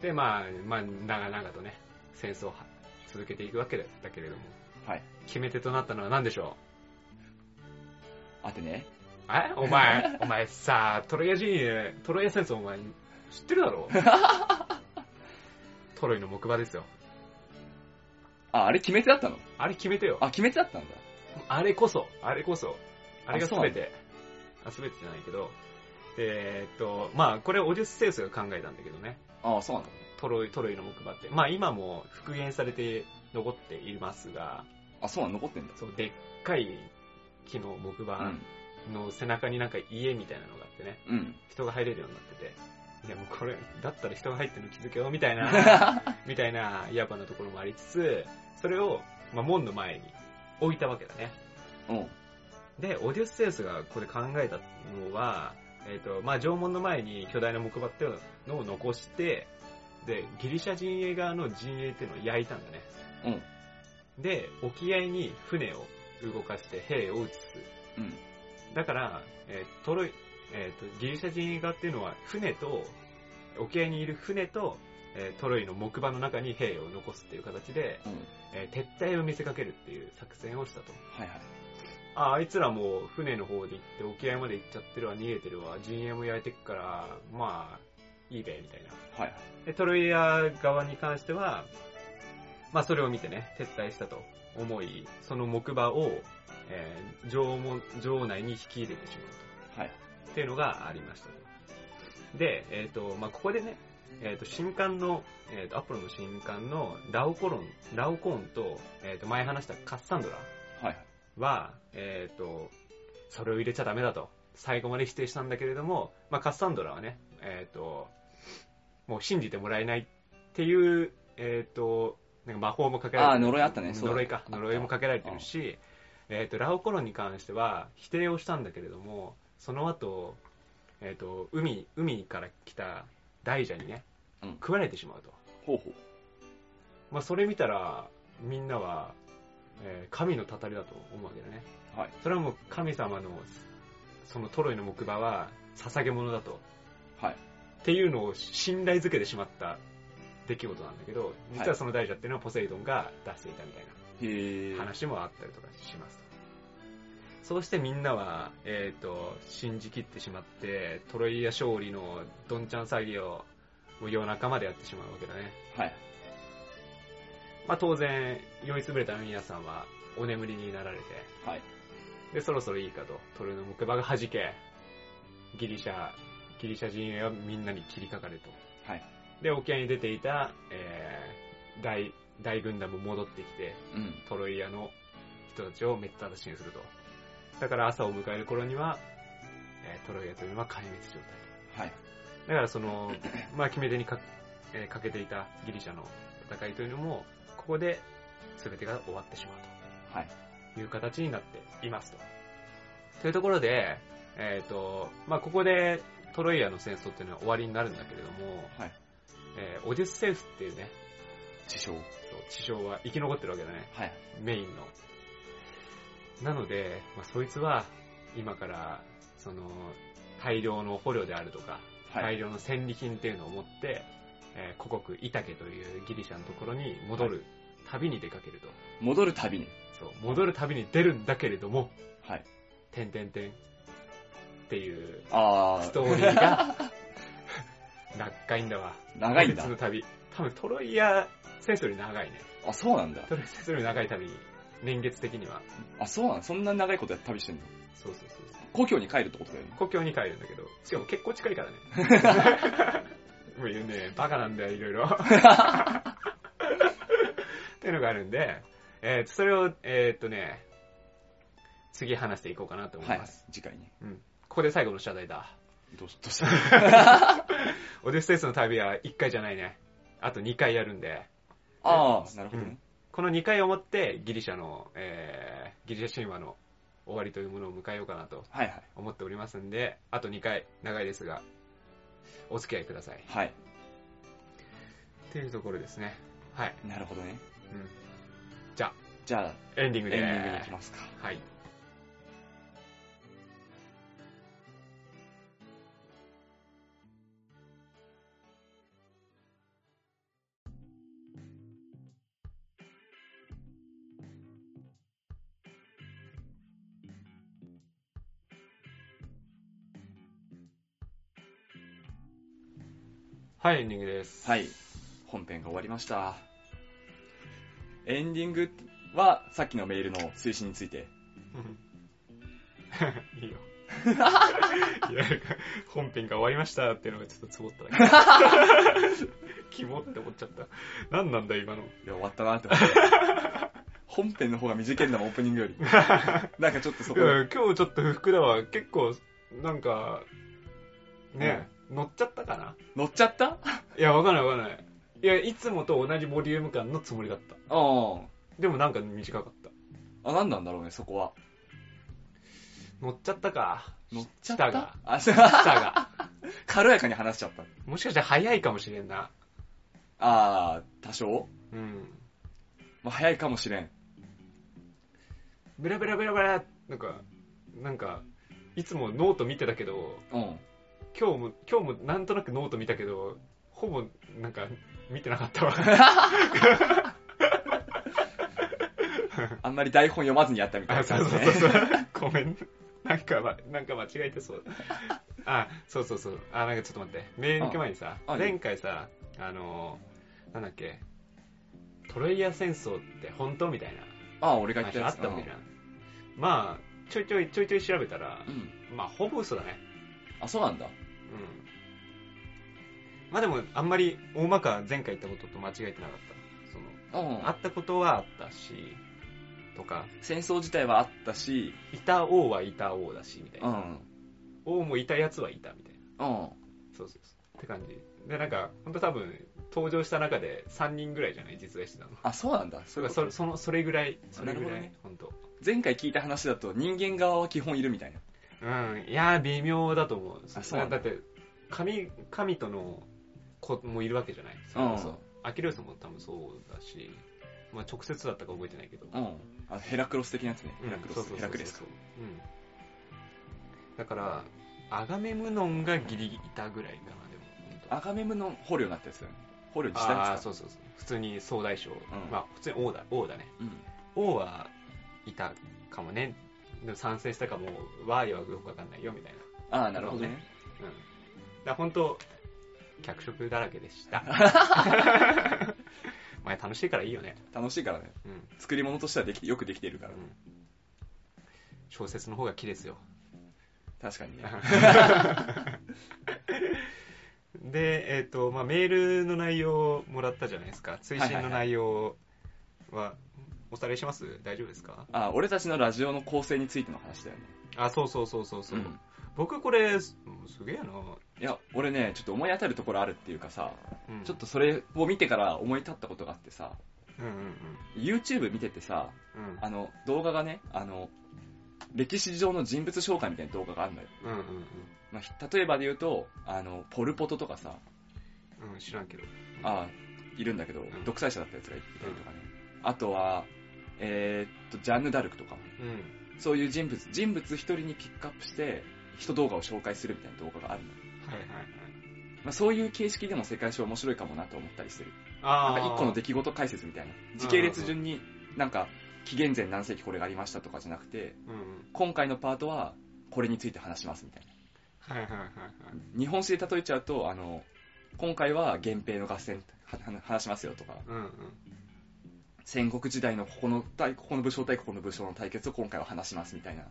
S1: で、まあ、まあ、長々とね、戦争を続けていくわけだけれども、
S2: はい。
S1: 決め手となったのは何でしょう
S2: あてね。
S1: えお前、お前さ、トロイア陣営、トロイア戦争お前知ってるだろトロイの木馬ですよ。
S2: あ、あれ決め手だったの
S1: あれ決めてよ。あ
S2: あ、決め手だったんだ。
S1: れこそ、あれこそ、あれが
S2: あそうな
S1: 全
S2: ん
S1: て、あ全てじゃないけど、でえーっと、まあこれオデュッセウスが考えたんだけどね、
S2: あそうなんだ。
S1: トロイ、トロイの木馬って。まあ今も復元されて残っていますが、
S2: あ、そうなの残ってんだ。
S1: そう、でっかい木の木
S2: う
S1: 馬
S2: ん。
S1: の背中になんか家みたいなのがあってね、
S2: うん。
S1: 人が入れるようになってて、いやもうこれ、だったら人が入ってるの気づけよ、みたいな、みたいな野蛮なところもありつつ、それを、まあ、門の前に置いたわけだね。
S2: うん。
S1: で、オデュッセウスがここで考えたのは、えっ、と、まあ、縄文の前に巨大な木馬っていうのを残して、で、ギリシャ陣営側の陣営っていうのを焼いたんだね。
S2: うん。
S1: で、沖合に船を動かして兵を移す。
S2: うん。
S1: だから、えートロイ、えーと、ギリシャ人営側っていうのは船と、沖合にいる船と、えートロイの木馬の中に兵を残すっていう形で、
S2: うん。
S1: えー撤退を見せかけるっていう作戦をしたと。
S2: はいはい。
S1: あ、あいつらもう船の方で行って沖合まで行っちゃってるわ、逃げてるわ、陣営も焼いてくから、まあ、いいべ、みたいな。
S2: はいはい。
S1: で、トロイア側に関しては、まあそれを見てね、撤退したと思い、その木馬を、えー、城門、城内に引き入れてしまうと。
S2: はい。
S1: っていうのがありましたと。で、えっ、と、まあ、ここでね、えっ、と、新刊の、えっ、と、アポロの新刊のラオコロン、ラオコーンと、えっ、と、前話したカッサンドラ
S2: はいはい。
S1: は、えっ、と、それを入れちゃダメだと、最後まで否定したんだけれども、まあ、カッサンドラはね、えっ、と、もう信じてもらえないっていう、えっ、と、なんか魔法もかけられ
S2: あ
S1: て
S2: ー、呪いあったね。そうだ
S1: 呪いか
S2: あ。った
S1: 呪いもかけられてるし、えっ、と、ラオコロンに関しては否定をしたんだけれども、その後、えっ、と、海、海から来た大蛇にね、
S2: うん
S1: 食われてしまうと。
S2: ほうほう。
S1: まあ、それ見たら、みんなは、えー神のたたりだと思うわけだね。
S2: はい。
S1: それはもう神様の、そのトロイの木馬は、捧げ物だと。
S2: はい。
S1: っていうのを信頼づけてしまった出来事なんだけど、実はその大蛇っていうのはポセイドンが出していたみたいな。
S2: へー。
S1: 話もあったりとかしますとそうしてみんなは、えっ、と、信じきってしまって、トロイア勝利のどんちゃん詐欺をもう夜中までやってしまうわけだね。
S2: はい。
S1: まあ当然、酔いつぶれた皆さんはお眠りになられて、
S2: はい。
S1: で、そろそろいいかと、トロイの木馬が弾け、ギリシャ、ギリシャ陣営はみんなに切りかかると。
S2: はい。
S1: で、沖合に出ていた、えー、大、大軍団も戻ってきて、
S2: うん。
S1: トロイアの人たちをめったらしにすると。だから朝を迎える頃には、えートロイアというのは壊滅状態
S2: はい。
S1: と。だからその、まあ決め手にか,、えーかけていたギリシャの戦いというのも、ここで全てが終わってしまうと。
S2: はい。
S1: という形になっていますと。というところで、えっ、と、まあ、ここでトロイアの戦争っていうのは終わりになるんだけれども、
S2: はい。
S1: えーオデュッセウスっていうね、
S2: 自称。
S1: そう地匠は生き残ってるわけだね。
S2: はい。
S1: メインの。なので、まあ、そいつは、今から、その、大量の捕虜であるとか、
S2: は
S1: 大
S2: い。
S1: 量の戦利品っていうのを持って、えー古国イタケというギリシャのところに戻る旅に出かけると。
S2: 戻るたびに。
S1: そう、戻る旅に出るんだけれども、
S2: はい。
S1: てんてんてんっていう
S2: あ
S1: ス
S2: ー、
S1: トーリーが、 長いんだわ。
S2: 長いんだ
S1: こ。つの旅。多分トロイア戦争より長いね。
S2: あ、そうなんだ。
S1: トロイア戦争より長い旅、年月的には。
S2: あ、そうなんそんな長いことや旅してんの
S1: そうそうそうそう。
S2: 故郷に帰るってことだよね。
S1: 故郷に帰るんだけど、しかも結構近いからね。 もうね、バカなんだよ、いろい ろ。っていうのがあるんで、えー、それを、えーっとね、次話していこうかなと思い
S2: はい
S1: ます。。
S2: 次回ね。
S1: ここで最後の謝罪だ。
S2: どうしどうした
S1: オデュステスの旅は1回じゃないね。あと2回やるんで、
S2: あー、なるほどね。
S1: この2回をもってギリシャの、えー、ギリシャ神話の終わりというものを迎えようかなと
S2: はいはい。
S1: 思っておりますんで、あと2回、長いですが、お付き合いください。
S2: はい。
S1: っていうところですね。はい。
S2: なるほどね。
S1: うん
S2: じゃあ、
S1: エンディング
S2: エン
S1: でーす。
S2: ディングに行きますか。
S1: はい。はい、エンディングです。
S2: はい。本編が終わりました。エンディングは、さっきのメールの推進について。
S1: いいよ。いや、なんか本編が終わりましたっていうのがちょっとつぼっただけ。キモって思っちゃった。何なんだ今の。
S2: いや、終わったなって思って。 本編の方が短いんだもん、オープニングよ り。なんかちょっとそこ
S1: い
S2: で。
S1: や今日ちょっと不服だわ。結構、なんか、ね、乗っちゃったかな
S2: 乗っちゃった
S1: いや、わかんないわかんない。いや、いつもと同じボリューム感のつもりだった。
S2: うん。
S1: でもなんか短かった。
S2: あ、なんなんだろうね、そこは。
S1: 乗っちゃったか。
S2: 乗っちゃっ
S1: 舌が
S2: たあ、そう
S1: 下が。
S2: 軽やかに話しちゃった。
S1: もしかしたら早いかもしれんな。
S2: あー、多少
S1: うん。
S2: まあ、早いかもしれん。
S1: ベラベラベラベラ、なんか、なんか、いつもノート見てたけど、
S2: うん。
S1: 今日も、今日もなんとなくノート見たけど、ほぼなんか見てなかったわ。
S2: あんまり台本読まずにやったみたい
S1: あ、
S2: な
S1: そう
S2: 感じ
S1: そう
S2: ね。
S1: そう。ごめん。なんか、ま、なんか間違えてそう。あ、そうそうそう。あ、なんかちょっと待って。メール行く前にさ、
S2: ああ
S1: 前回さ、あのー、なんだっけ、トロイア戦争って本当みたい
S2: あー、俺が
S1: な
S2: 言っ
S1: 話あ
S2: たや
S1: っ
S2: つ。
S1: たわけじゃん。まあ、ちょいちょいちょいちょい調べたら
S2: う、ん。
S1: まあ、ほぼ嘘だね。
S2: あ、そうなんだ。
S1: うん。まあでも、あんまり大まか前回言ったことと間違えてなかった。その、
S2: うん
S1: あ。ったことはあったし、とか、
S2: 戦争自体はあったし、
S1: いた王はいた王だし、みたいうな。
S2: ん。
S1: 王もいたやつはいた、みたいな。
S2: うん。
S1: そうそうそう。って感じ。で、なんか、ほんと多分、登場した中で3人ぐらいじゃない実在してたの。
S2: あ、そうなんだ。
S1: それそれそのそれぐらい、それぐ
S2: なる
S1: ら
S2: ほど
S1: い
S2: ね、
S1: ほんと。
S2: 前回聞いた話だと人間側は基本いるみたいな。
S1: うん、いやー、微妙だと思う。
S2: あそうなん
S1: だ
S2: だ
S1: って、神、神との子もいるわけじゃないそれこそ。アキレウスも多分そうだし、まあ直接だったか覚えてないけど。
S2: うん。あヘラクロス的なやつね。ヘラクロス。ヘラクレスか。
S1: うん。だから、アガメムノンがギリいたぐらいかな、でも。
S2: アガメムの捕虜になったやつだよね。捕虜にした
S1: あ
S2: や
S1: あー、
S2: つか。
S1: そうそうそう。普通に総大将。
S2: ん
S1: まあ、普通に王だ、王だね。
S2: うん。
S1: 王はいたかもね。でも参戦したかも、わーいはよくわかんないよ、みたいな。
S2: ああ、なるほどね。
S1: うん。だから本当脚色だらけで した。前楽しいからいいよね。
S2: 楽しいからね。
S1: うん。
S2: 作り物としてはできてよくできているから。
S1: 小説の方が綺ですよ。
S2: 確かにね。
S1: で、えっ、と、まあ、メールの内容をもらったじゃないですか。推進の内容は、おさらいします大丈夫ですか
S2: あ、俺たちのラジオの構成についての話だよね。
S1: あ、そうそうそうそうそう。
S2: ん
S1: 僕これ、すすげえな、
S2: いや、俺ね、ちょっと思い当たるところあるっていうかさ、
S1: うん
S2: ちょっとそれを見てから思い立ったことがあってさ、
S1: うんうん
S2: YouTube 見ててさ、
S1: うん。うん
S2: あの、動画がね、あの、歴史上の人物紹介みたいな動画があるんだよ。
S1: うんうん
S2: まあひ例えばで言うと、あの、ポルポトとかさ、
S1: うん。うん、知らんけど。
S2: あいるんだけど、
S1: ん
S2: 独裁者だったやつがいたりとかね。あとは、えーっと、ジャンヌ・ダルクとか、
S1: うん。
S2: そういう人物、人物一人にピックアップして、人動画を紹介するみたいな動画があるの。
S1: はいはいはい。
S2: まあ、そういう形式でも世界史面白いかもなと思ったりする。
S1: あ
S2: なんか
S1: ー
S2: 一個の出来事解説みたいな。時系列順になんか、紀元前何世紀これがありましたとかじゃなくて、
S1: うん。
S2: 今回のパートはこれについて話しますみたいな。
S1: はいはいはいはい。
S2: 日本史で例えちゃうと、あの、今回は源平の合戦はは話しますよとか、
S1: うんうん。
S2: 戦国時代のここの対、ここの武将対ここの武将の対決を今回は話しますみたいな。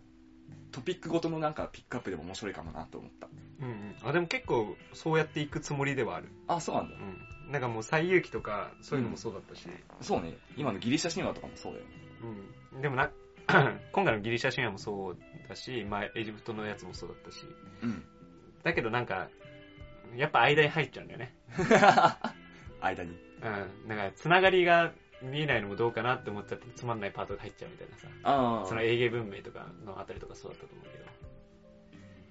S2: トピックごとのなんかピックアップでも面白いかもなと思った。
S1: うんうん。あ、でも結構そうやっていくつもりではある。
S2: あ、そうなんだ。
S1: うん。なんかもう最遊記とか、そういうのもそうだったし。
S2: そうね。今のギリシャ神話とかもそうだよね。
S1: うん。でもな、 今回のギリシャ神話もそうだし、まあエジプトのやつもそうだったし。
S2: うん。
S1: だけどなんか、やっぱ間に入っちゃうんだよね。
S2: 間に。
S1: うん。なんか、つながりが見えないのもどうかなって思っちゃって、つまんないパートが入っちゃうみたいなさ。
S2: あ
S1: その英芸文明とかのあたりとかそうだったと思うけど。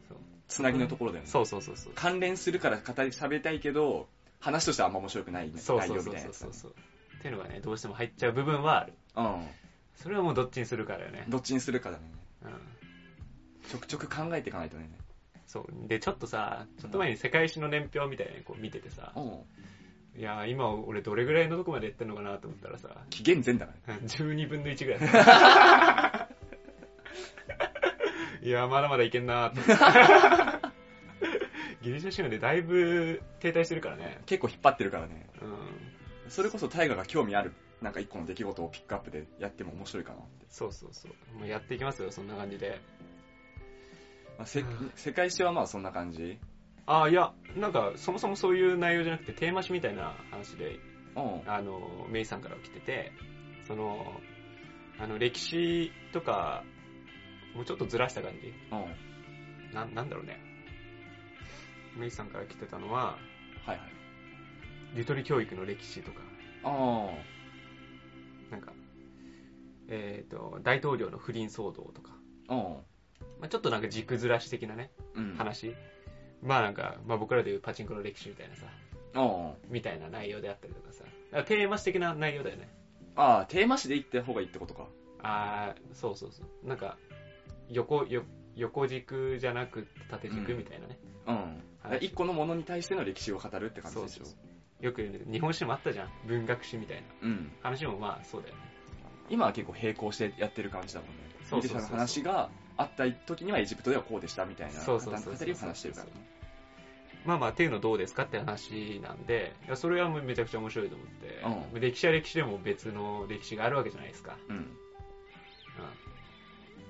S1: そう
S2: つなぎのところだよね。
S1: そうそうそうそう。
S2: 関連するから語り、喋りたいけど、話としてはあんま面白くないね
S1: そう
S2: 内
S1: そ
S2: 容
S1: う
S2: み
S1: そ
S2: たいうな
S1: そ
S2: や
S1: う
S2: つ
S1: そ
S2: だ
S1: う
S2: ね。
S1: そう。っていうのがね、どうしても入っちゃう部分はある。それはもうどっちにするかだよね
S2: うん。。どっちにするかだね。
S1: うん。
S2: ちょくちょく考えていかないとね。
S1: そう。で、ちょっとさ、ちょっと前に世界史の年表みたいなのこう見ててさ、
S2: うん。
S1: いやー、今俺どれぐらいのとこまでやってんのかなと思ったらさ、
S2: 紀元前だからね。
S1: 12分の1ぐらいだ った。いやー、まだまだいけんなー って。ギリシャ神話でだいぶ停滞してるからね。
S2: 結構引っ張ってるからね。
S1: うん。
S2: それこそ大河が興味ある、なんか一個の出来事をピックアップでやっても面白いかなって。
S1: そうそうそう。もうやっていきますよ、そんな感じで。
S2: まあせ
S1: うん
S2: 世界史はまあそんな感じ。
S1: ああ、いや、なんか、そもそもそういう内容じゃなくて、テーマ誌みたいな話で、
S2: うん。
S1: あの、メイさんから来てて、その、あの、歴史とか、もうちょっとずらした感じ。
S2: うん。はい
S1: な、なんだろうね。メイさんから来てたのは、
S2: はい。
S1: ゆとり教育の歴史とか、
S2: あ
S1: なんか、えっ、と、大統領の不倫騒動とか、
S2: あ。うん。
S1: まあちょっとなんか軸ずらし的なね、
S2: うん。
S1: 話。まあなんか、まあ僕らでいうパチンコの歴史みたいなさ、
S2: うん。
S1: みたいな内容であったりとかさ、だからテーマ誌的な内容だよね。
S2: ああ、テーマ誌で行った方がいいってことか。
S1: あー、そうそうそう。なんか、横、よ横軸じゃなくて縦軸みたいなね。
S2: うん。
S1: はい
S2: 一個のものに対しての歴史を語るって感じでしょ。
S1: そうよく日本史もあったじゃん。文学史みたいな。
S2: うん。
S1: 話もまあそうだよね。
S2: 今は結構並行してやってる感じだもんね。
S1: そ
S2: ギ
S1: う
S2: リ
S1: そう
S2: シ
S1: そう
S2: ャの話があった時にはエジプトではこうでしたみたいな
S1: そ
S2: 語
S1: うそうそうそう
S2: りを話してるからね。
S1: まあまあっていうのどうですかって話なんで、いやそれはもうめちゃくちゃ面白いと思って、歴史は歴史でも別の歴史があるわけじゃないですか。
S2: うん。
S1: う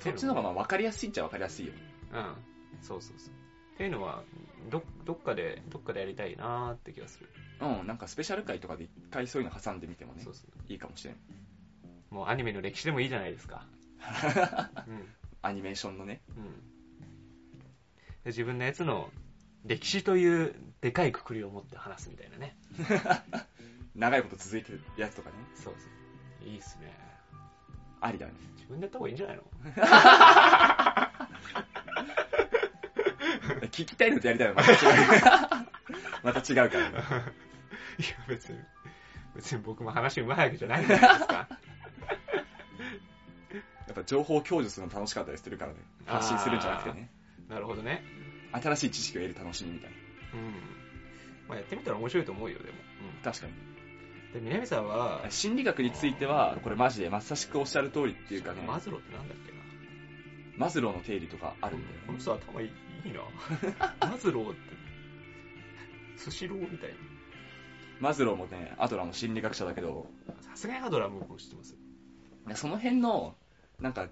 S2: そっちの方がまあ分かりやすいっちゃ分かりやすいよ。
S1: ん。うん。そうそうそう。っていうのは、ど、どっかで、どっかでやりたいなーって気がする。
S2: うん。なんかスペシャル回とかで一回そういうの挟んでみてもね
S1: そう、そう。
S2: いいかもしれん。
S1: もうアニメの歴史でもいいじゃないです か。うん。
S2: アニメーションのね。
S1: うん。で自分のやつの歴史というでかいくくりを持って話すみたいなね。
S2: 長いこと続いてるやつとかね。
S1: そうそう。いいっすね。
S2: ありだよね。
S1: 自分でやった方がいいんじゃないの
S2: 聞きたいのとやりたいのまた違う。また違うか ら
S1: い
S2: ね。
S1: や、別に、別に僕も話うまいわけじゃないじゃないです か。
S2: やっぱ情報享受するの楽しかったりするからね。発信するんじゃなくてね。
S1: なるほどね。
S2: 新しい知識を得る楽しみみたい
S1: うん。まあ、やってみたら面白いと思うよ、でも。
S2: な。確かに。
S1: うん。で、南さんは、
S2: 心理学については、これマジでまさしくおっしゃる通りっていうかね、
S1: マズローってなんだっけな。
S2: マズローの定理とかあ
S1: あ
S2: るんだよ
S1: この
S2: ね。
S1: 人頭いいいいな。 マズローって、スシローみたいな。
S2: マズローもね、アドラーも心理学者だけど、
S1: さすがにハドラーも僕も知ってます。
S2: その辺の、なんか、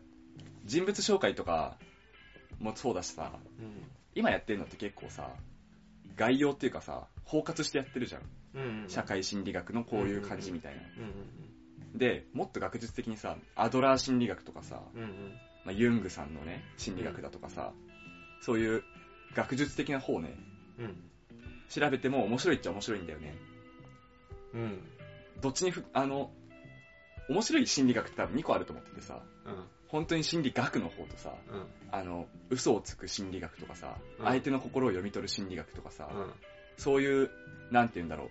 S2: 人物紹介とかもそうだしさ、
S1: うん。
S2: 今やってるのって結構さ、概要っていうかさ、包括してやってるじゃん。
S1: うん
S2: 社。会心理学のこういう感じみたいな。
S1: うん
S2: で、もっと学術的にさ、アドラー心理学とかさ、
S1: うんうん。うんうん。
S2: まあ、ユングさんのね、心理学だとかさ、そういう学術的な方をね、
S1: うん。
S2: 調べても面白いっちゃ面白いんだよね。
S1: うん。うん。
S2: どっちにふ、あの、面白い心理学って多分2個あると思っててさ、本当に心理学の方とさ、
S1: うん。
S2: あの、嘘をつく心理学とかさ、
S1: うん
S2: 相手の心を読み取る心理学とかさ、
S1: うん。
S2: そういう、なんて言うんだろう。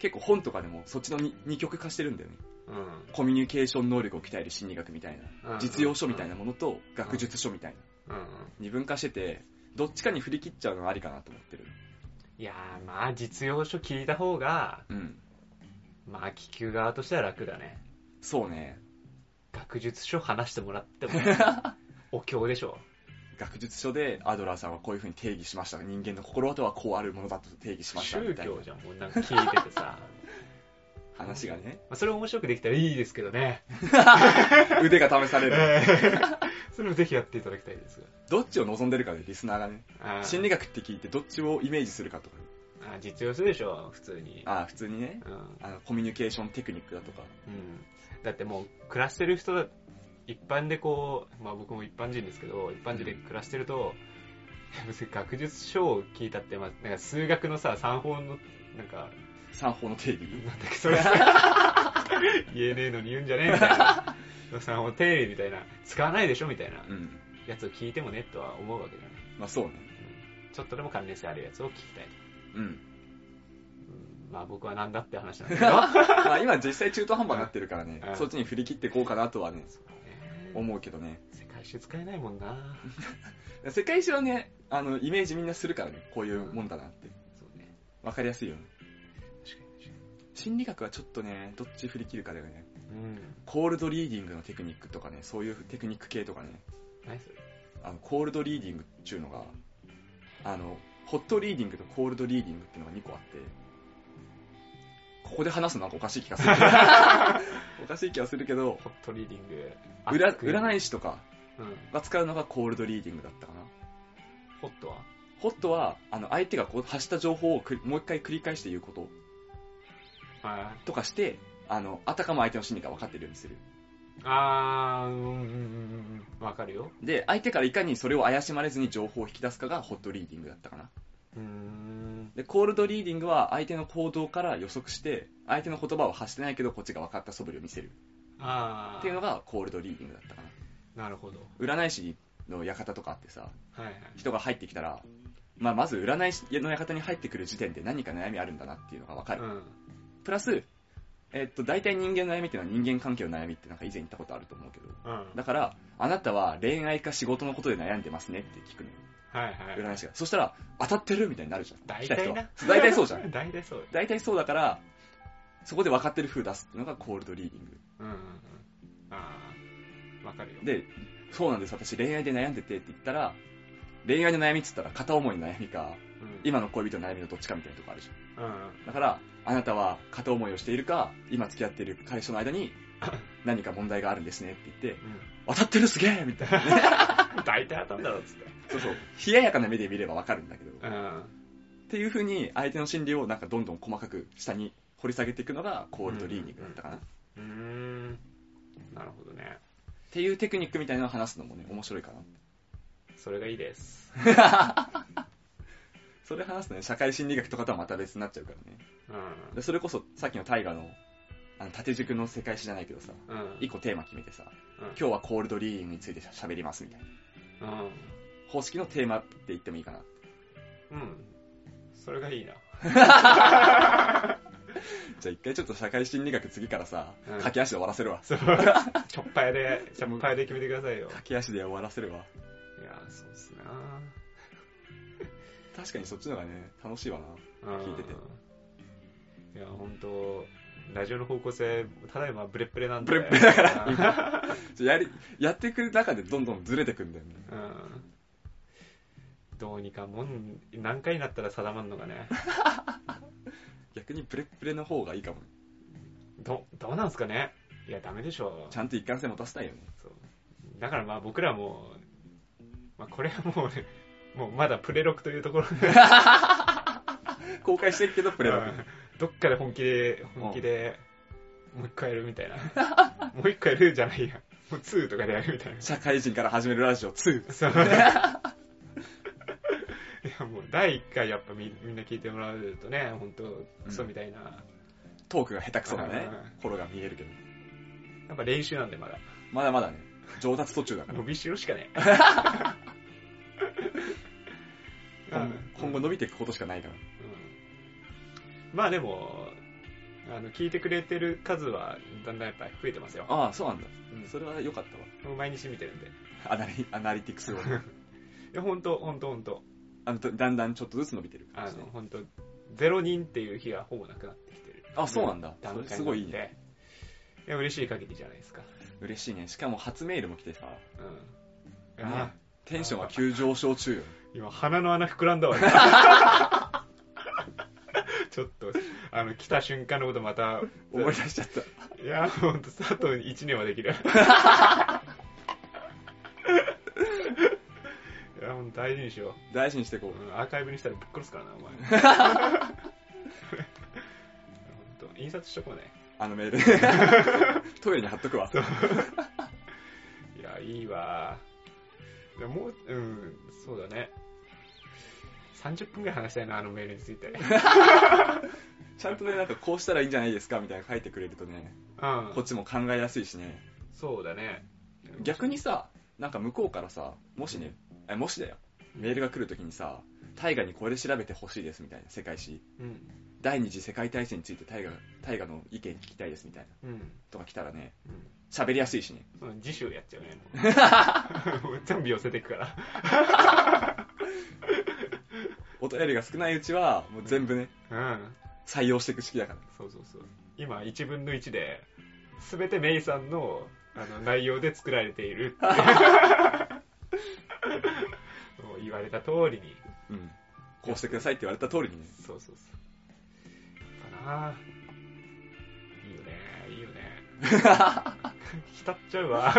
S2: 結構本とかでもそっちの 2, 極化してるんだよね。
S1: うん。
S2: コミュニケーション能力を鍛える心理学みたいな、
S1: うん
S2: 実用書みたいなものと学術書みたいな、
S1: うんうん。
S2: 二分化してて、どっちかに振り切っちゃうのはありかなと思ってる。
S1: いやー、まあ、実用書聞いた方が、
S2: うん。
S1: まあ、気球側としては楽だね。
S2: そうね。
S1: 学術書話してもらっても、 お経でしょ。
S2: 学術書でアドラーさんはこういう風に定義しました。人間の心とはこうあるものだと定義しました。
S1: 宗
S2: みたいな
S1: 教じゃん、もうなんか聞いててさ。
S2: 話がね。
S1: まあ、それ面白くできたらいいですけどね。
S2: 腕が試される。
S1: えーそれもぜひやっていただきたいです
S2: どっちを望んでるかで、リスナーがね。
S1: が。あー
S2: 心理学って聞いてどっちをイメージするかとか。
S1: あー実用書でしょ、普通に。
S2: ああ、普通にね。
S1: うん。
S2: あの、コミュニケーションテクニックだとか。
S1: うん。だってもう、暮らしてる人だ、一般でこう、まあ僕も一般人ですけど、一般人で暮らしてると、別に学術書を聞いたって、まあ、なんか数学のさ、三本の、なんか、
S2: 三方の定義。
S1: なんだっけ、 それ言えねえのに言うんじゃねえみたいな。さもう定理みたいな、使わないでしょみたいな
S2: うん。
S1: やつを聞いてもねとは思うわけだよね。
S2: まあそうね。
S1: ちょっとでも関連性あるやつを聞きたい。
S2: うん。
S1: うんまあ僕はなんだって話なんだけ ど。
S2: まあ今実際中途半端になってるからね
S1: う。ん
S2: そっちに振り切ってこうかなとはね、
S1: ね
S2: 思うけどね。
S1: 世界史使えないもんな。
S2: 世界史はね、あの、イメージみんなするからね。こういうもんだなって。
S1: そうね。
S2: わかりやすいよね。
S1: 確かに
S2: 心理学はちょっとね、どっち振り切るかだよね。
S1: 確かに。うん。
S2: コールドリーディングのテクニックとかね、そういうテクニック系とかね、
S1: 何それ
S2: あの、コールドリーディングっていうのが、あの、ホットリーディングとコールドリーディングっていうのが2個あって、ここで話すのなんかおかしい気がする。 おかしい気がするけど、
S1: ホットリーディング。
S2: 占
S1: 熱く
S2: 占い師とか
S1: うん。
S2: が使うのがコールドリーディングだったかな。
S1: ホットは
S2: ホットは、あの、相手がこう発した情報をくりもう一回繰り返して言うこと
S1: あ
S2: とかして、あの、あたかも相手の心理が分かってるようにする。
S1: ーあー、うんうんうんうん。わかるよ。
S2: で、相手からいかにそれを怪しまれずに情報を引き出すかがホットリーディングだったかな。
S1: うーん。
S2: で、コールドリーディングは相手の行動から予測して、相手の言葉を発してないけどこっちが分かった素振りを見せる。
S1: あー。
S2: っていうのがコールドリーディングだったか
S1: なるほど。
S2: な。占い師の館とかあってさ、
S1: はいはい。
S2: 人が入ってきたら、まあ、まず占い師の館に入ってくる時点で何か悩みあるんだなっていうのが分かる
S1: う。ん。
S2: プラス、えっと、大体人間の悩みっていうのは人間関係の悩みってなんか以前言ったことあると思うけど、
S1: うん。は
S2: だから、あなたは恋愛か仕事のことで悩んでますねって聞くのよ。
S1: いはい。
S2: 占い師が。そしたら、当たってるみたいになるじゃん。
S1: 大
S2: 来た
S1: 体
S2: 人
S1: な
S2: は。 大体そうじゃん。。
S1: 大体そうよ。
S2: 大体そうだから、そこで分かってる風出すっていうのがコールドリーディング。
S1: うんうんうん。あー。わかるよ。
S2: で、そうなんです、私恋愛で悩んでてって言ったら、恋愛の悩みって言ったら片思いの悩みか、
S1: うん、
S2: 今の恋人の悩みのどっちかみたいなとこあるじゃん。
S1: うんうん。
S2: だから、あなたは片思いをしているか、今付き合っている彼氏との間に 何か問題があるんですねって言って、当たってるすげえみたいな。
S1: うん。大体当たんだろ、つって。
S2: そうそう。冷ややかな目で見れば分かるんだけど。っ
S1: うん。
S2: ていう風に、相手の心理をなんかどんどん細かく下に掘り下げていくのがコールドリーディングだったかな。っ
S1: うーん。なるほどね。
S2: ていうテクニックみたいなのを話すのもね、面白いかな。
S1: それがいいです。
S2: それ話すとね、社会心理学とかとはまた別になっちゃうからね。
S1: う
S2: でそれこそ、さっきの大河の、あの、縦軸の世界史じゃないけどさ、
S1: ん。うん。
S2: 一個テーマ決めてさ、
S1: うん
S2: 今日はコールドリーディングについて喋りますみたいな。
S1: うん。
S2: 方式のテーマって言ってもいいかな。
S1: うん。それがいいな。
S2: じゃあ一回ちょっと社会心理学次からさ、
S1: うん
S2: 駆け足で終わらせるわ。
S1: そう。ちょっぱやで、ちょっぱやで決めてくださ いよ。
S2: 駆け足で終わらせるわ。
S1: いやー、そうっすな
S2: 確かにそっちの方がね、楽しいわな。
S1: うん
S2: 聞いてて
S1: いや、ほんと、ラジオの方向性、ただいまブレッブレなんで。
S2: ブレッブレだからちょやり、やっていく中でどんどんずれてくんだよね。
S1: うん。うんどうにかもん、何回になったら定まんのかね。
S2: 逆にプレップレの方がいいかもね。
S1: ど、どうなんすかねいや、ダメでしょ。
S2: ちゃんと一貫性持たせたいよね。
S1: そうだからまあ僕らも、まあこれはもうね、もうまだプレロクというところで、
S2: 公開してるけど、プレだ、
S1: どっかで本気で、本気で、もう一回やるみた いな。もう一回やるじゃないや。もう2とかでやるみたいな。
S2: 社会人から始めるラジオ2。
S1: そう。い やもう第1回やっぱみみんな聞いてもらうとね、本当クソみたいな。
S2: トークが下手くそなね
S1: う、
S2: 頃が見えるけど。
S1: やっぱ練習なんでまだ。
S2: まだまだね、上達途中だから
S1: 伸。びしろしかね
S2: 今後今後伸びていくことしかないから。
S1: うんまあでも、あの、聞いてくれてる数は、だんだんやっぱり増えてますよ。
S2: ああ、そうなんだ。
S1: うん
S2: それは良かった
S1: もう毎日見てるんで。
S2: わ。アナリアナリティクスを。
S1: いや、ほんと、ほんと、ほんと。
S2: あのだだんだんちょっとずつ伸びてる感
S1: あ
S2: じで
S1: の、本当ゼロ人っていう日がほぼなくなってきてる。
S2: あそうなんだ
S1: 段
S2: そ
S1: 階
S2: れすごいいいね
S1: ね。いや、嬉しい限りじゃないですか。
S2: 嬉しいねしかも初メールも来てさ
S1: うん。
S2: ね
S1: あ
S2: テンションは急上昇中よ
S1: 今、鼻の穴膨らんだわ、 ちょっと、あの、来た瞬間のことまた、
S2: 思い出しちゃった
S1: いや、ほんと、佐藤に1年はで きる。いや、ほんと大事にしよ。
S2: 大事にしていうこ
S1: うんアーカイブにしたらぶっ殺すからな、お前。ほんと、印刷しとこうね。
S2: うあのメール トイレに貼っとくわ
S1: いや、いいわ。でももう、うん、そうだね。30分ぐらい話したいな、あのメールについ て。うん。
S2: ちゃんとねなんかこうしたらいいんじゃないですかみたいなの書いてくれるとねこっちも考えやすいしね
S1: そうだね。
S2: 逆にさなんか向こうからさもしねえもしだよメールが来るときにさ大河にこれ調べてほしいですみたいな世界史
S1: うん。
S2: 第二次世界大戦について大河大河の意見聞きたいですみたいな
S1: うん。
S2: とか来たらね
S1: うん
S2: 喋りやすいしね
S1: うん次週やっちゃうね。 もう 全部寄せてくから。
S2: お便りが少ないうちはもう全部ね
S1: うん。
S2: 採用していく式だから
S1: そうそうそう。今、1分の1で、すべてメイさんのあの内容で作られているっていうもう言われた通りに。
S2: うんこうしてくださいって言われた通りにね
S1: そうそうそう。かなぁいいよね、いいよね。浸っちゃうわ。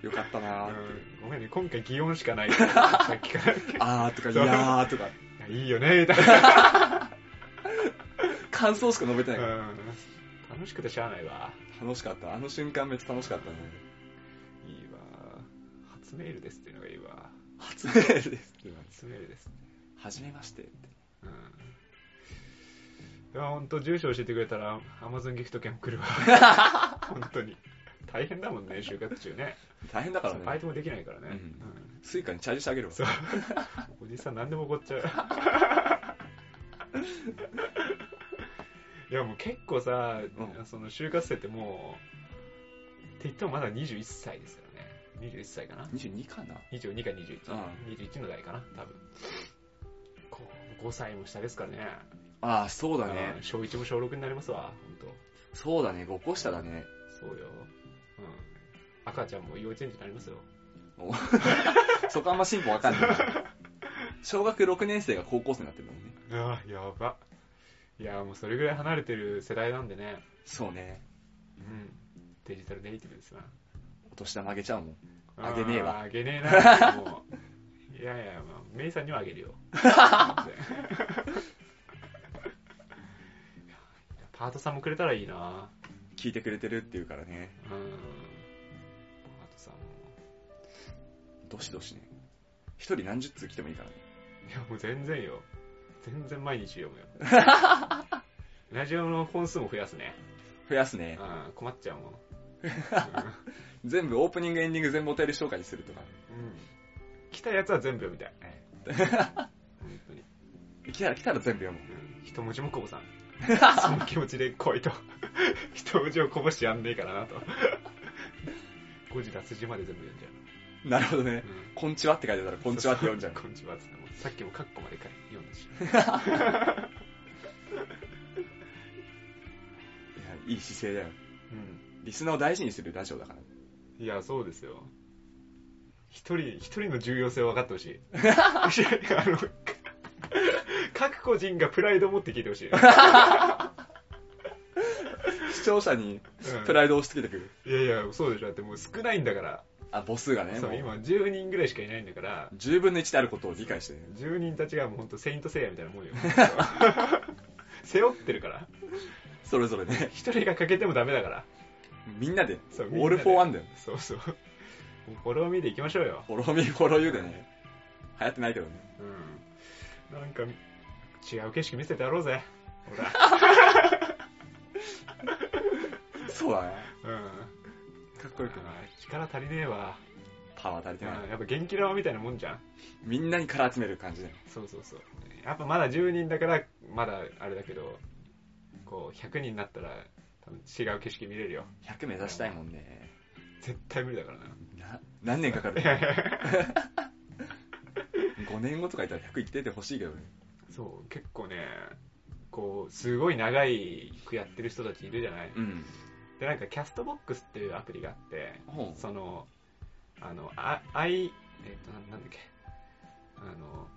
S2: よかったなーっていう
S1: ごめんね、今回擬音しかない。さっきから。い
S2: あーとかいやーとか
S1: やいいよね、みたいな。
S2: 感想しか述べてないから
S1: うん楽しくてしゃあないわ。
S2: 楽しかったあの瞬間めっちゃ楽しかったね
S1: いいわ。初メールですっていうのがいいわ。
S2: 初めてですって
S1: 初メールです。
S2: はじめましてって
S1: うん。いや、ほんと、住所教えてくれたら、アマゾンギフト券送 るわ。本当に。大変だもんね、就活中ね。
S2: 大変だから
S1: バイ
S2: ね
S1: トもできないからね。
S2: うん
S1: うん
S2: スイカにチャージしてあげるわ
S1: そう。おじさん何でも怒っ ちゃう。いやもう結構さ、
S2: う
S1: その就活生ってもう、って言ってもまだ21歳ですからね。21歳かな
S2: 22かな
S1: ?22 か21。
S2: う
S1: 21の代かな多分。こう、5歳も下ですからね。
S2: ああそうだ
S1: う
S2: ね
S1: ん小1も小6になりますわ、本
S2: そうだね5個下だね
S1: 当そうよ。うん。赤ちゃんも幼稚園児になりますよ。
S2: そこあんま進歩わかんない 小学6年生が高校生になってるもんね
S1: ああ、やば。いや、もうそれぐらい離れてる世代なんでね。
S2: そうね
S1: うん。デジタルネイティブですな。
S2: お年玉あげちゃうもんあげねえわ
S1: あー。あげねえな。もういやいや、まあ、メイさんにはあげ るよ。パートさんもくれたらいいな。
S2: 聞いてくれてるって言うからね
S1: うん。パートさんも。
S2: どしどしね一人何十通来てもいいからね
S1: いや、もう全然よ。全然毎日読むよ。 ラジオの本数も増やすね。
S2: 増やすね
S1: うん、困っちゃうもん。
S2: 全部オープニングエンディング全部お便り紹介にするとかね
S1: うん。来たやつは全部読みたい。本当に。
S2: 来たら来たら全部読む
S1: うん一文字もこぼ さん。その気持ちで来いと。 一文字をこぼしてやんねえからなと。5時脱字まで全部読んじゃ
S2: なるほどね
S1: う。うん
S2: こんちはって書いてたら、こんちはって読んじゃう。
S1: こんちはっつっても、さっきもカッコまで書い読んだし。
S2: いやいい姿勢だよ。
S1: う
S2: リスナーを大事にするラジオだから。
S1: ん。いや、そうですよ。一人、一人の重要性を分かってほし い。あの、各個人がプライドを持って聞いてほし い。
S2: 視聴者に
S1: うん
S2: プライドを押し付けてくる。
S1: いやいや、そうでしょ。だってもう少ないんだから。
S2: あ、母数がね、
S1: そう、
S2: もう
S1: 今10人ぐらいしかいないんだから、
S2: 10分の1であることを理解してね。
S1: 住人たちがもうほんとセイントセイヤみたいなもん よ。背負ってるから。
S2: それぞれね、
S1: 一人が欠けてもダメだから。
S2: みんなで、
S1: そう
S2: オールフォーワンだよ。
S1: そうそう。フォローミーでいきましょうよ。
S2: フォローミー、フォローユーでね。流行ってないけどね。
S1: うん。なんか、違う景色見せてやろうぜ。ほ
S2: そうだね。
S1: ら。うん。
S2: かっこよくない。
S1: あー力足りねえわ。
S2: パワー足りてない。
S1: うんやっぱ元気玉みたいなもんじゃん。
S2: みんなにから集める感じだよ。
S1: そうそうそう。やっぱまだ10人だから、まだあれだけど、こう、100人になったら、多分違う景色見れるよ。
S2: 100目指したいもんね。
S1: 絶対無理だからな。
S2: な、何年かかる
S1: いやいや
S2: 5年後とかいたら100いっててほしいけどね
S1: そう結構ねこうすごい長いくやってる人たちいるじゃない
S2: うん
S1: でなんかキャストボックスっていうアプリがあって
S2: ほう
S1: そのあのあアイえっ、となんなんだっけあの、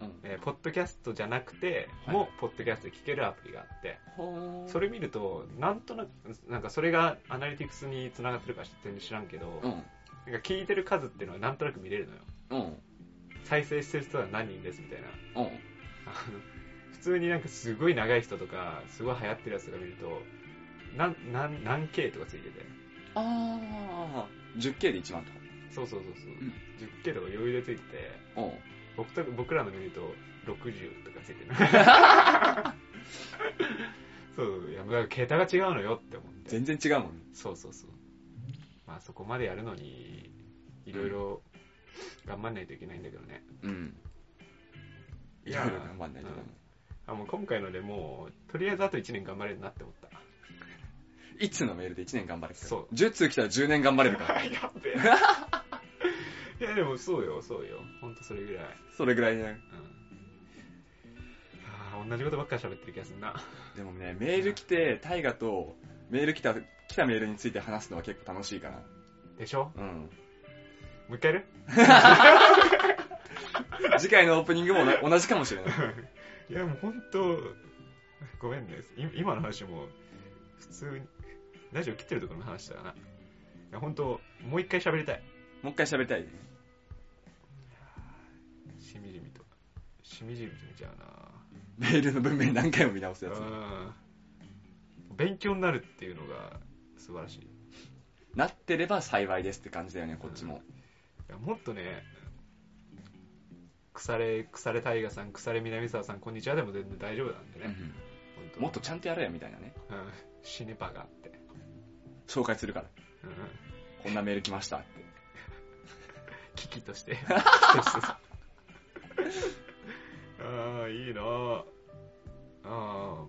S2: うん
S1: えーポッドキャストじゃなくて
S2: はい
S1: もポッドキャストで聞けるアプリがあって、
S2: ほう
S1: それ見るとなんとなくなんかそれがアナリティクスにつながってるか全然知らんけど、
S2: うん
S1: なんか聞いてる数っていうのはなんとなく見れるのよ
S2: うん
S1: 再生してる人は何人ですみたいな
S2: う
S1: あ
S2: ん
S1: の普通になんかすごい長い人とかすごい流行ってるやつとか見るとなんなん何 K とかついてて
S2: ああ 10K で1万とか
S1: そうそうそうそう、
S2: うん
S1: 10K とか余裕でついてて
S2: うん
S1: 僕と僕らの見ると60とかついて るそういやだから桁が違うのよって思って
S2: 全然違うもんね
S1: そうそうそうまあそこまでやるのにいろいろ頑張んないといけないんだけどね
S2: うん
S1: い
S2: い
S1: や
S2: や
S1: ー
S2: 頑張んないとダメ
S1: あもう今回のでもうとりあえずあと1年頑張れるなって思った
S2: いつのメールで1年頑張れるから
S1: そう
S2: 10通来たら10年頑張れるから
S1: やべえ いやでもそうよそうよほんとそれぐらい
S2: それぐらいね
S1: うんあー同じことばっかり喋ってる気がするな
S2: でもねメール来て大河とメール来た来たメールについて話すのは結構楽しいかな
S1: でしょ
S2: うん
S1: もう一回やる
S2: 次回のオープニングも 同同じかもしれない
S1: いやもうほんとごめんねい今の話も普通にラジオ切ってるところの話だないやほんともう一回喋りたい
S2: もう一回喋りたいね
S1: しみじみとしみじみと見ちゃうな
S2: メールの文面何回も見直すやつ
S1: うん勉強になるっていうのが素晴らしいい
S2: なってれば幸いですって感じだよねこっちも
S1: やもっとね腐れ腐れ大河さん腐れ南沢さんこんにちはでも全然大丈夫なんでね、本当
S2: もっとちゃんとやれよみたいなね
S1: うん、死ねばがあって、
S2: 紹介するから
S1: うん、
S2: こんなメール来ましたって
S1: 危機として そうそうそうああいいなあああ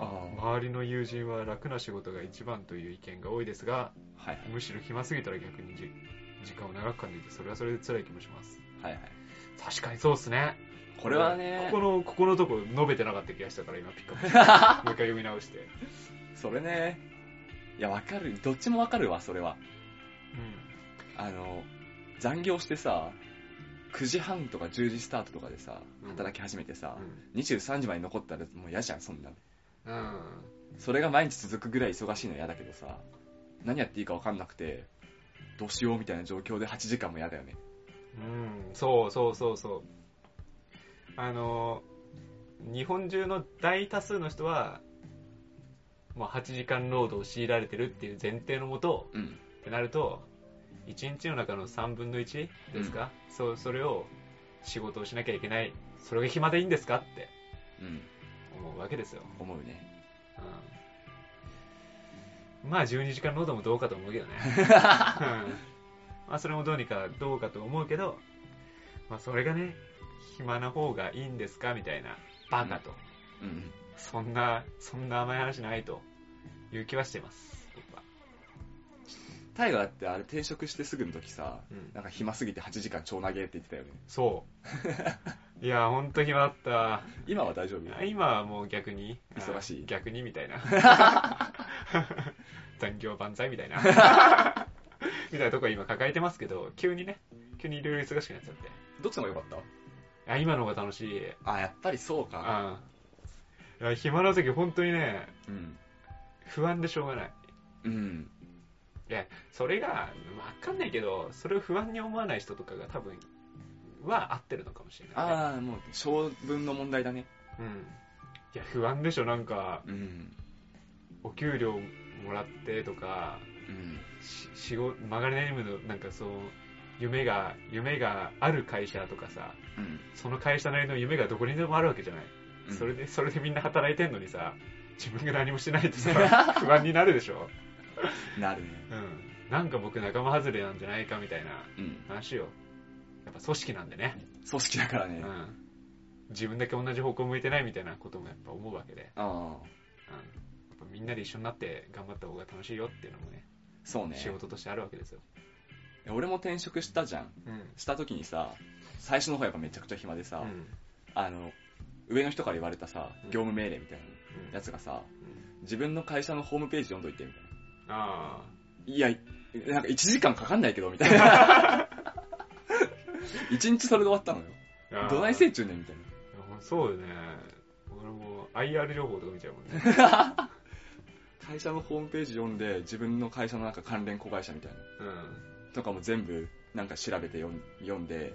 S2: あー
S1: ー周りの友人は楽な仕事が一番という意見が多いですが
S2: はい
S1: むしろ暇すぎたら逆にじ時間を長く感じてそれはそれで辛い気もします
S2: はいはい
S1: 確かにそうっすね
S2: これはね
S1: ここのここのとこ述べてなかった気がしたから今ピックア ップしてもう一回読み直して
S2: それねいやわかるどっちもわかるわそれは
S1: う
S2: あの残業してさ9時半とか10時スタートとかでさ
S1: うん
S2: 働き始めてさ
S1: ん、
S2: 23時まで残ったらもう嫌じゃんそんなの
S1: うんうん
S2: それが毎日続くぐらい忙しいの嫌だけどさ何やっていいかわかんなくてどうしようみたいな状況で8時間も嫌だよね
S1: うん、そうそうそうそう。あの、日本中の大多数の人は、まあ、8時間労働を強いられてるっていう前提のもと、
S2: うん
S1: ってなると、1日の中の3分の1ですか、そうそれを仕事をしなきゃいけない、それが暇でいいんですかって
S2: うん
S1: 思うわけですよ。
S2: 思うね
S1: うん、まあ、12時間労働もどうかと思う けどね。うんまあ、それもどうにかどうかと思うけど、まあ、それがね、暇な方がいいんですかみたいな、バカと。
S2: うん
S1: そんな、そんな甘い話ないという気はしてます、僕は。
S2: タイガーってあれ転職してすぐの時さ
S1: うん、
S2: なんか暇すぎて8時間超投げって言ってたよね
S1: そう。いや、ほんと暇だった。
S2: 今は大丈夫
S1: 今はもう逆に。
S2: 忙しい
S1: あ逆にみたい な。残業万歳みたいな。みたいなとこ今抱えてますけど、急にね、急にいろいろ忙しくなっちゃって。
S2: どっちの方が良かっ
S1: あ今の方が楽しい。
S2: たあやっぱりそうか
S1: うん。いや、暇な時本当にね、
S2: うん
S1: 不安でしょうがない。
S2: うん
S1: それが、わかんないけど、それを不安に思わない人とかが多分、は合ってるのかもしれない、ね。
S2: ああもう性分の問題だね
S1: うん。いや、不安でしょ、なんか、
S2: うん
S1: お給料もらってとか、
S2: うん
S1: し仕事、曲がりなりの、なんかそう、夢が、夢がある会社とかさ、
S2: うん
S1: その会社なりの夢がどこにでもあるわけじゃない。
S2: うん
S1: それで、それでみんな働いてんのにさ、自分が何もしないとさ、不安になるでしょ
S2: なるね
S1: うん、なんか僕仲間外れなんじゃないかみたいな
S2: うん
S1: 話をやっぱ組織なんでね、
S2: 組織だから
S1: う
S2: ね
S1: ん、自分だけ同じ方向向いてないみたいなこともやっぱ思うわけで、
S2: ああ
S1: うん、やっぱみんなで一緒になって頑張った方が楽しいよっていうのもね
S2: そうね
S1: 仕事としてあるわけですよ、
S2: や俺も転職したじゃん
S1: うん。
S2: した時にさ最初の方やっぱめちゃくちゃ暇でさ、
S1: うん。
S2: あの上の人から言われたさ
S1: うん
S2: 業務命令みたいなやつがさ自分の会社のホームページ読んどいてみたいな
S1: あ
S2: いや、なんか1時間かかんないけど、みたいな。1日それで終わったのよ。
S1: ーあー。
S2: どない
S1: い
S2: せい中ねんみたいな。
S1: やほんそうよね。俺も IR 情報とか見ちゃうもんね。
S2: 会社のホームページ読んで、自分の会社のなんか関連子会社みたいな。
S1: うん。
S2: とかも全部、なんか調べて読ん読んで、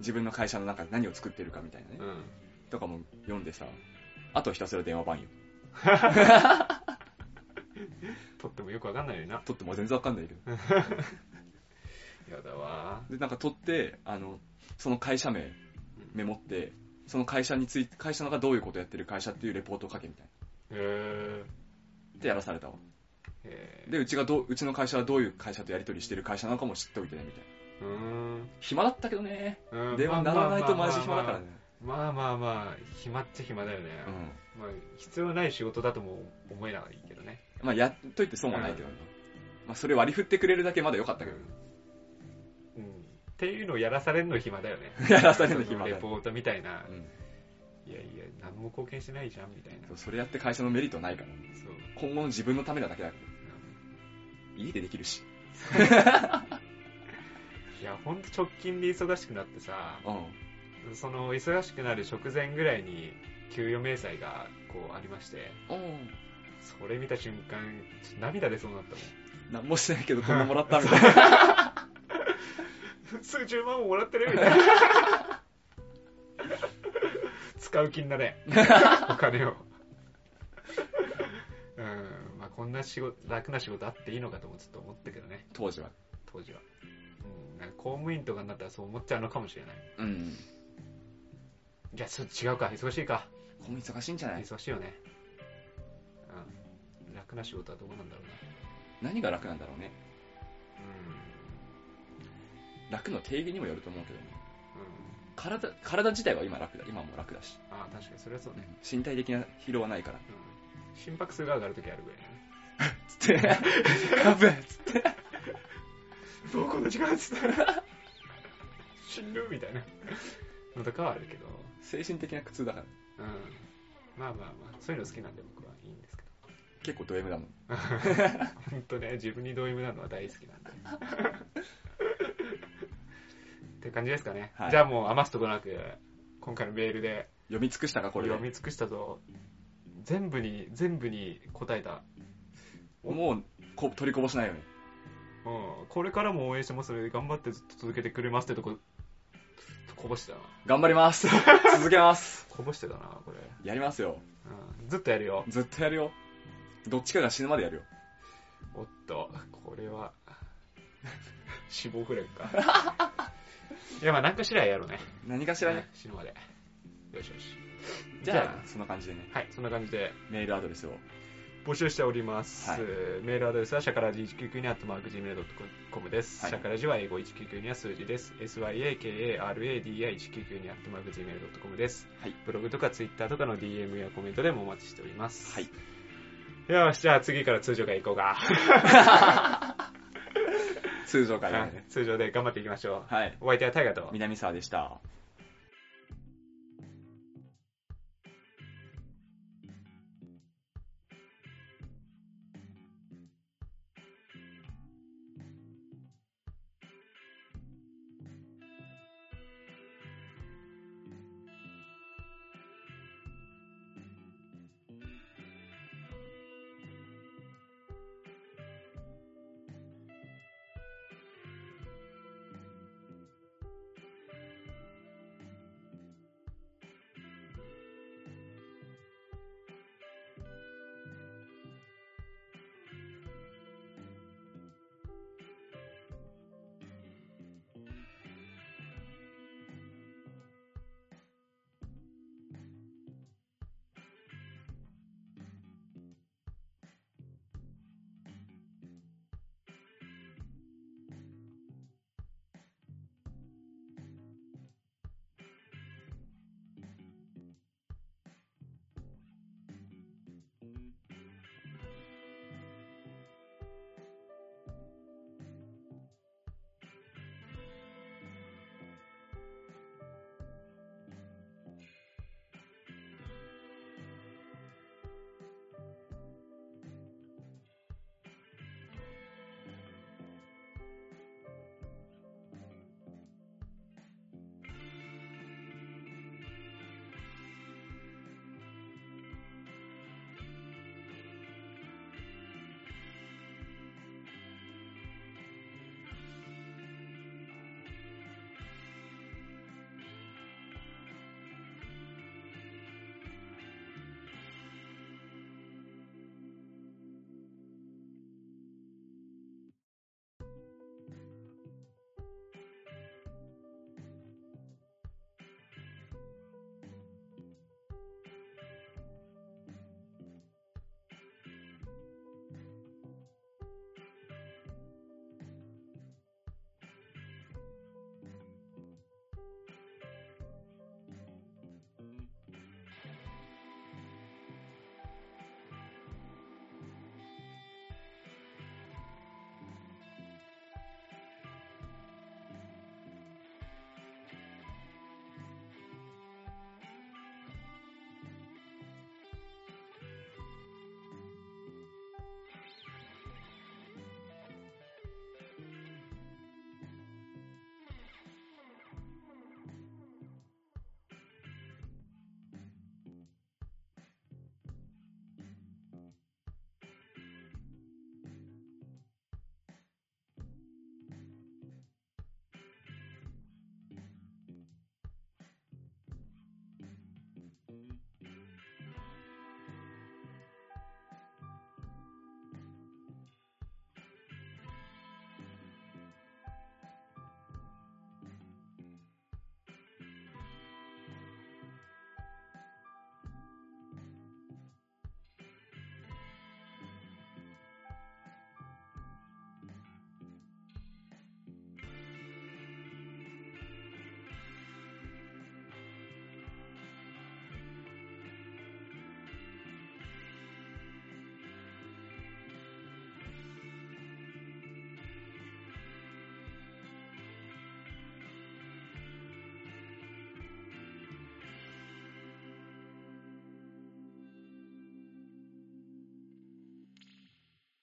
S2: 自分の会社の中で何を作ってるかみたいなね
S1: う。ん。うん。
S2: とかも読んでさ、あとひたすら電話番よ。
S1: 撮ってもよくわかんないよな。
S2: 取っても全然わかんないけど。
S1: やだわ。
S2: で、なんか取って、あの、その会社名、メモって、その会社について、会社のがどういうことやってる会社っていうレポートを書けみたいな。
S1: へえ。
S2: ってやらされたわ。
S1: へえ。
S2: で、うちがどう、うちの会社はどういう会社とやり取りしてる会社なのかも知っておいてね、みたいな。
S1: うーん。
S2: 暇だったけどね。
S1: うん
S2: 電話鳴らないとマジ暇だからね。
S1: まあまあまあ、暇っちゃ暇だよね。
S2: うん。
S1: まあ、必要ない仕事だとも思えないけどね。
S2: まあ、やっといて損はないけどね。まあ、それ割り振ってくれるだけまだ良かったけどね。
S1: うん。っていうのをやらされるの暇だよね。
S2: やらされるの暇だよ
S1: レポートみたいな。
S2: うん。
S1: いやいや、何も貢献してないじゃん、みたいな
S2: そ。うそれやって会社のメリットないから。
S1: そう。
S2: 今後の自分のためだだけだから。家でできるし。
S1: いや、ほんと直近で忙しくなってさ、
S2: うん。
S1: その忙しくなる直前ぐらいに給与明細がこうありまして、
S2: うん。
S1: それ見た瞬間、ちょっと涙出そうになった
S2: なんもしてない けどこんなもらったみたいな。
S1: もん。 すぐ10万ももらってるみたいな。 使う気にな れ。お金を。うん、まあこんな仕事、楽な仕事あっていいのかともちょっと思ったけどね、
S2: 当時は。
S1: 当時は。うん、なんか公務員とかになったらそう思っちゃうのかもしれない。
S2: うん。
S1: いや、そう違うか、忙しいか。
S2: この忙しいんじゃない
S1: 忙しいよね。うん。楽な仕事はどこなんだろう
S2: 何が楽なんだろうね。
S1: な。
S2: 楽の定義にもよると思うけどね。
S1: うん。うん。
S2: 体、体自体は今楽だ。今も楽だし。
S1: ああ、確かに、それはそうね。
S2: 身体的な疲労はないから。
S1: うん。心拍数が上がるときあるぐらいだね。
S2: つって、カブ つって、
S1: どうこの時間っつって。 死ぬみたいな。のとかはあるけど。
S2: 精神的な苦痛だから。
S1: うん。まあまあまあ、そういうの好きなんで僕はいいんですけど。
S2: 結構ド M だもん。
S1: 本当ね、自分にド M なのは大好きなんで。って感じですかね。
S2: はい
S1: じゃあもう余すとこなく、今回のメールで、
S2: 読み尽くしたか、これで。
S1: 読み尽くしたぞ全部に全部に答えた
S2: もうこ、取りこぼしないよね。
S1: うんこれからも応援してますので頑張ってずっと続けてくれますってとここぼしてたな
S2: 頑張り ます。続けます。
S1: こぼしてたなこれ、
S2: やりますよ。
S1: うん、ずっとやるよ
S2: ずっとやるよ。どっちかが死ぬまでやるよ。
S1: おっとこれは 死亡フレーか いやまあ何かしらやろうね
S2: 何かしらね。
S1: 死ぬまでよしよし
S2: じゃあ、そんな感じでね、
S1: はいそんな感じで
S2: メールアドレスを。
S1: 募集しております、
S2: はい
S1: メールアドレスはシャカラジ199にアットマーク Gmail.com です、
S2: はい
S1: シャカラジは英語199には数字です SYAKARADI199 にアットマーク Gmail.com です、
S2: はい
S1: ブログとかツイッターとかの DM やコメントでもお待ちしております、
S2: はい、
S1: よしじゃあ次から通常回行こうか、
S2: 通常会でね。
S1: 通常で頑張っていきましょう、
S2: はい。
S1: お相手は大ガと
S2: 南沢でした。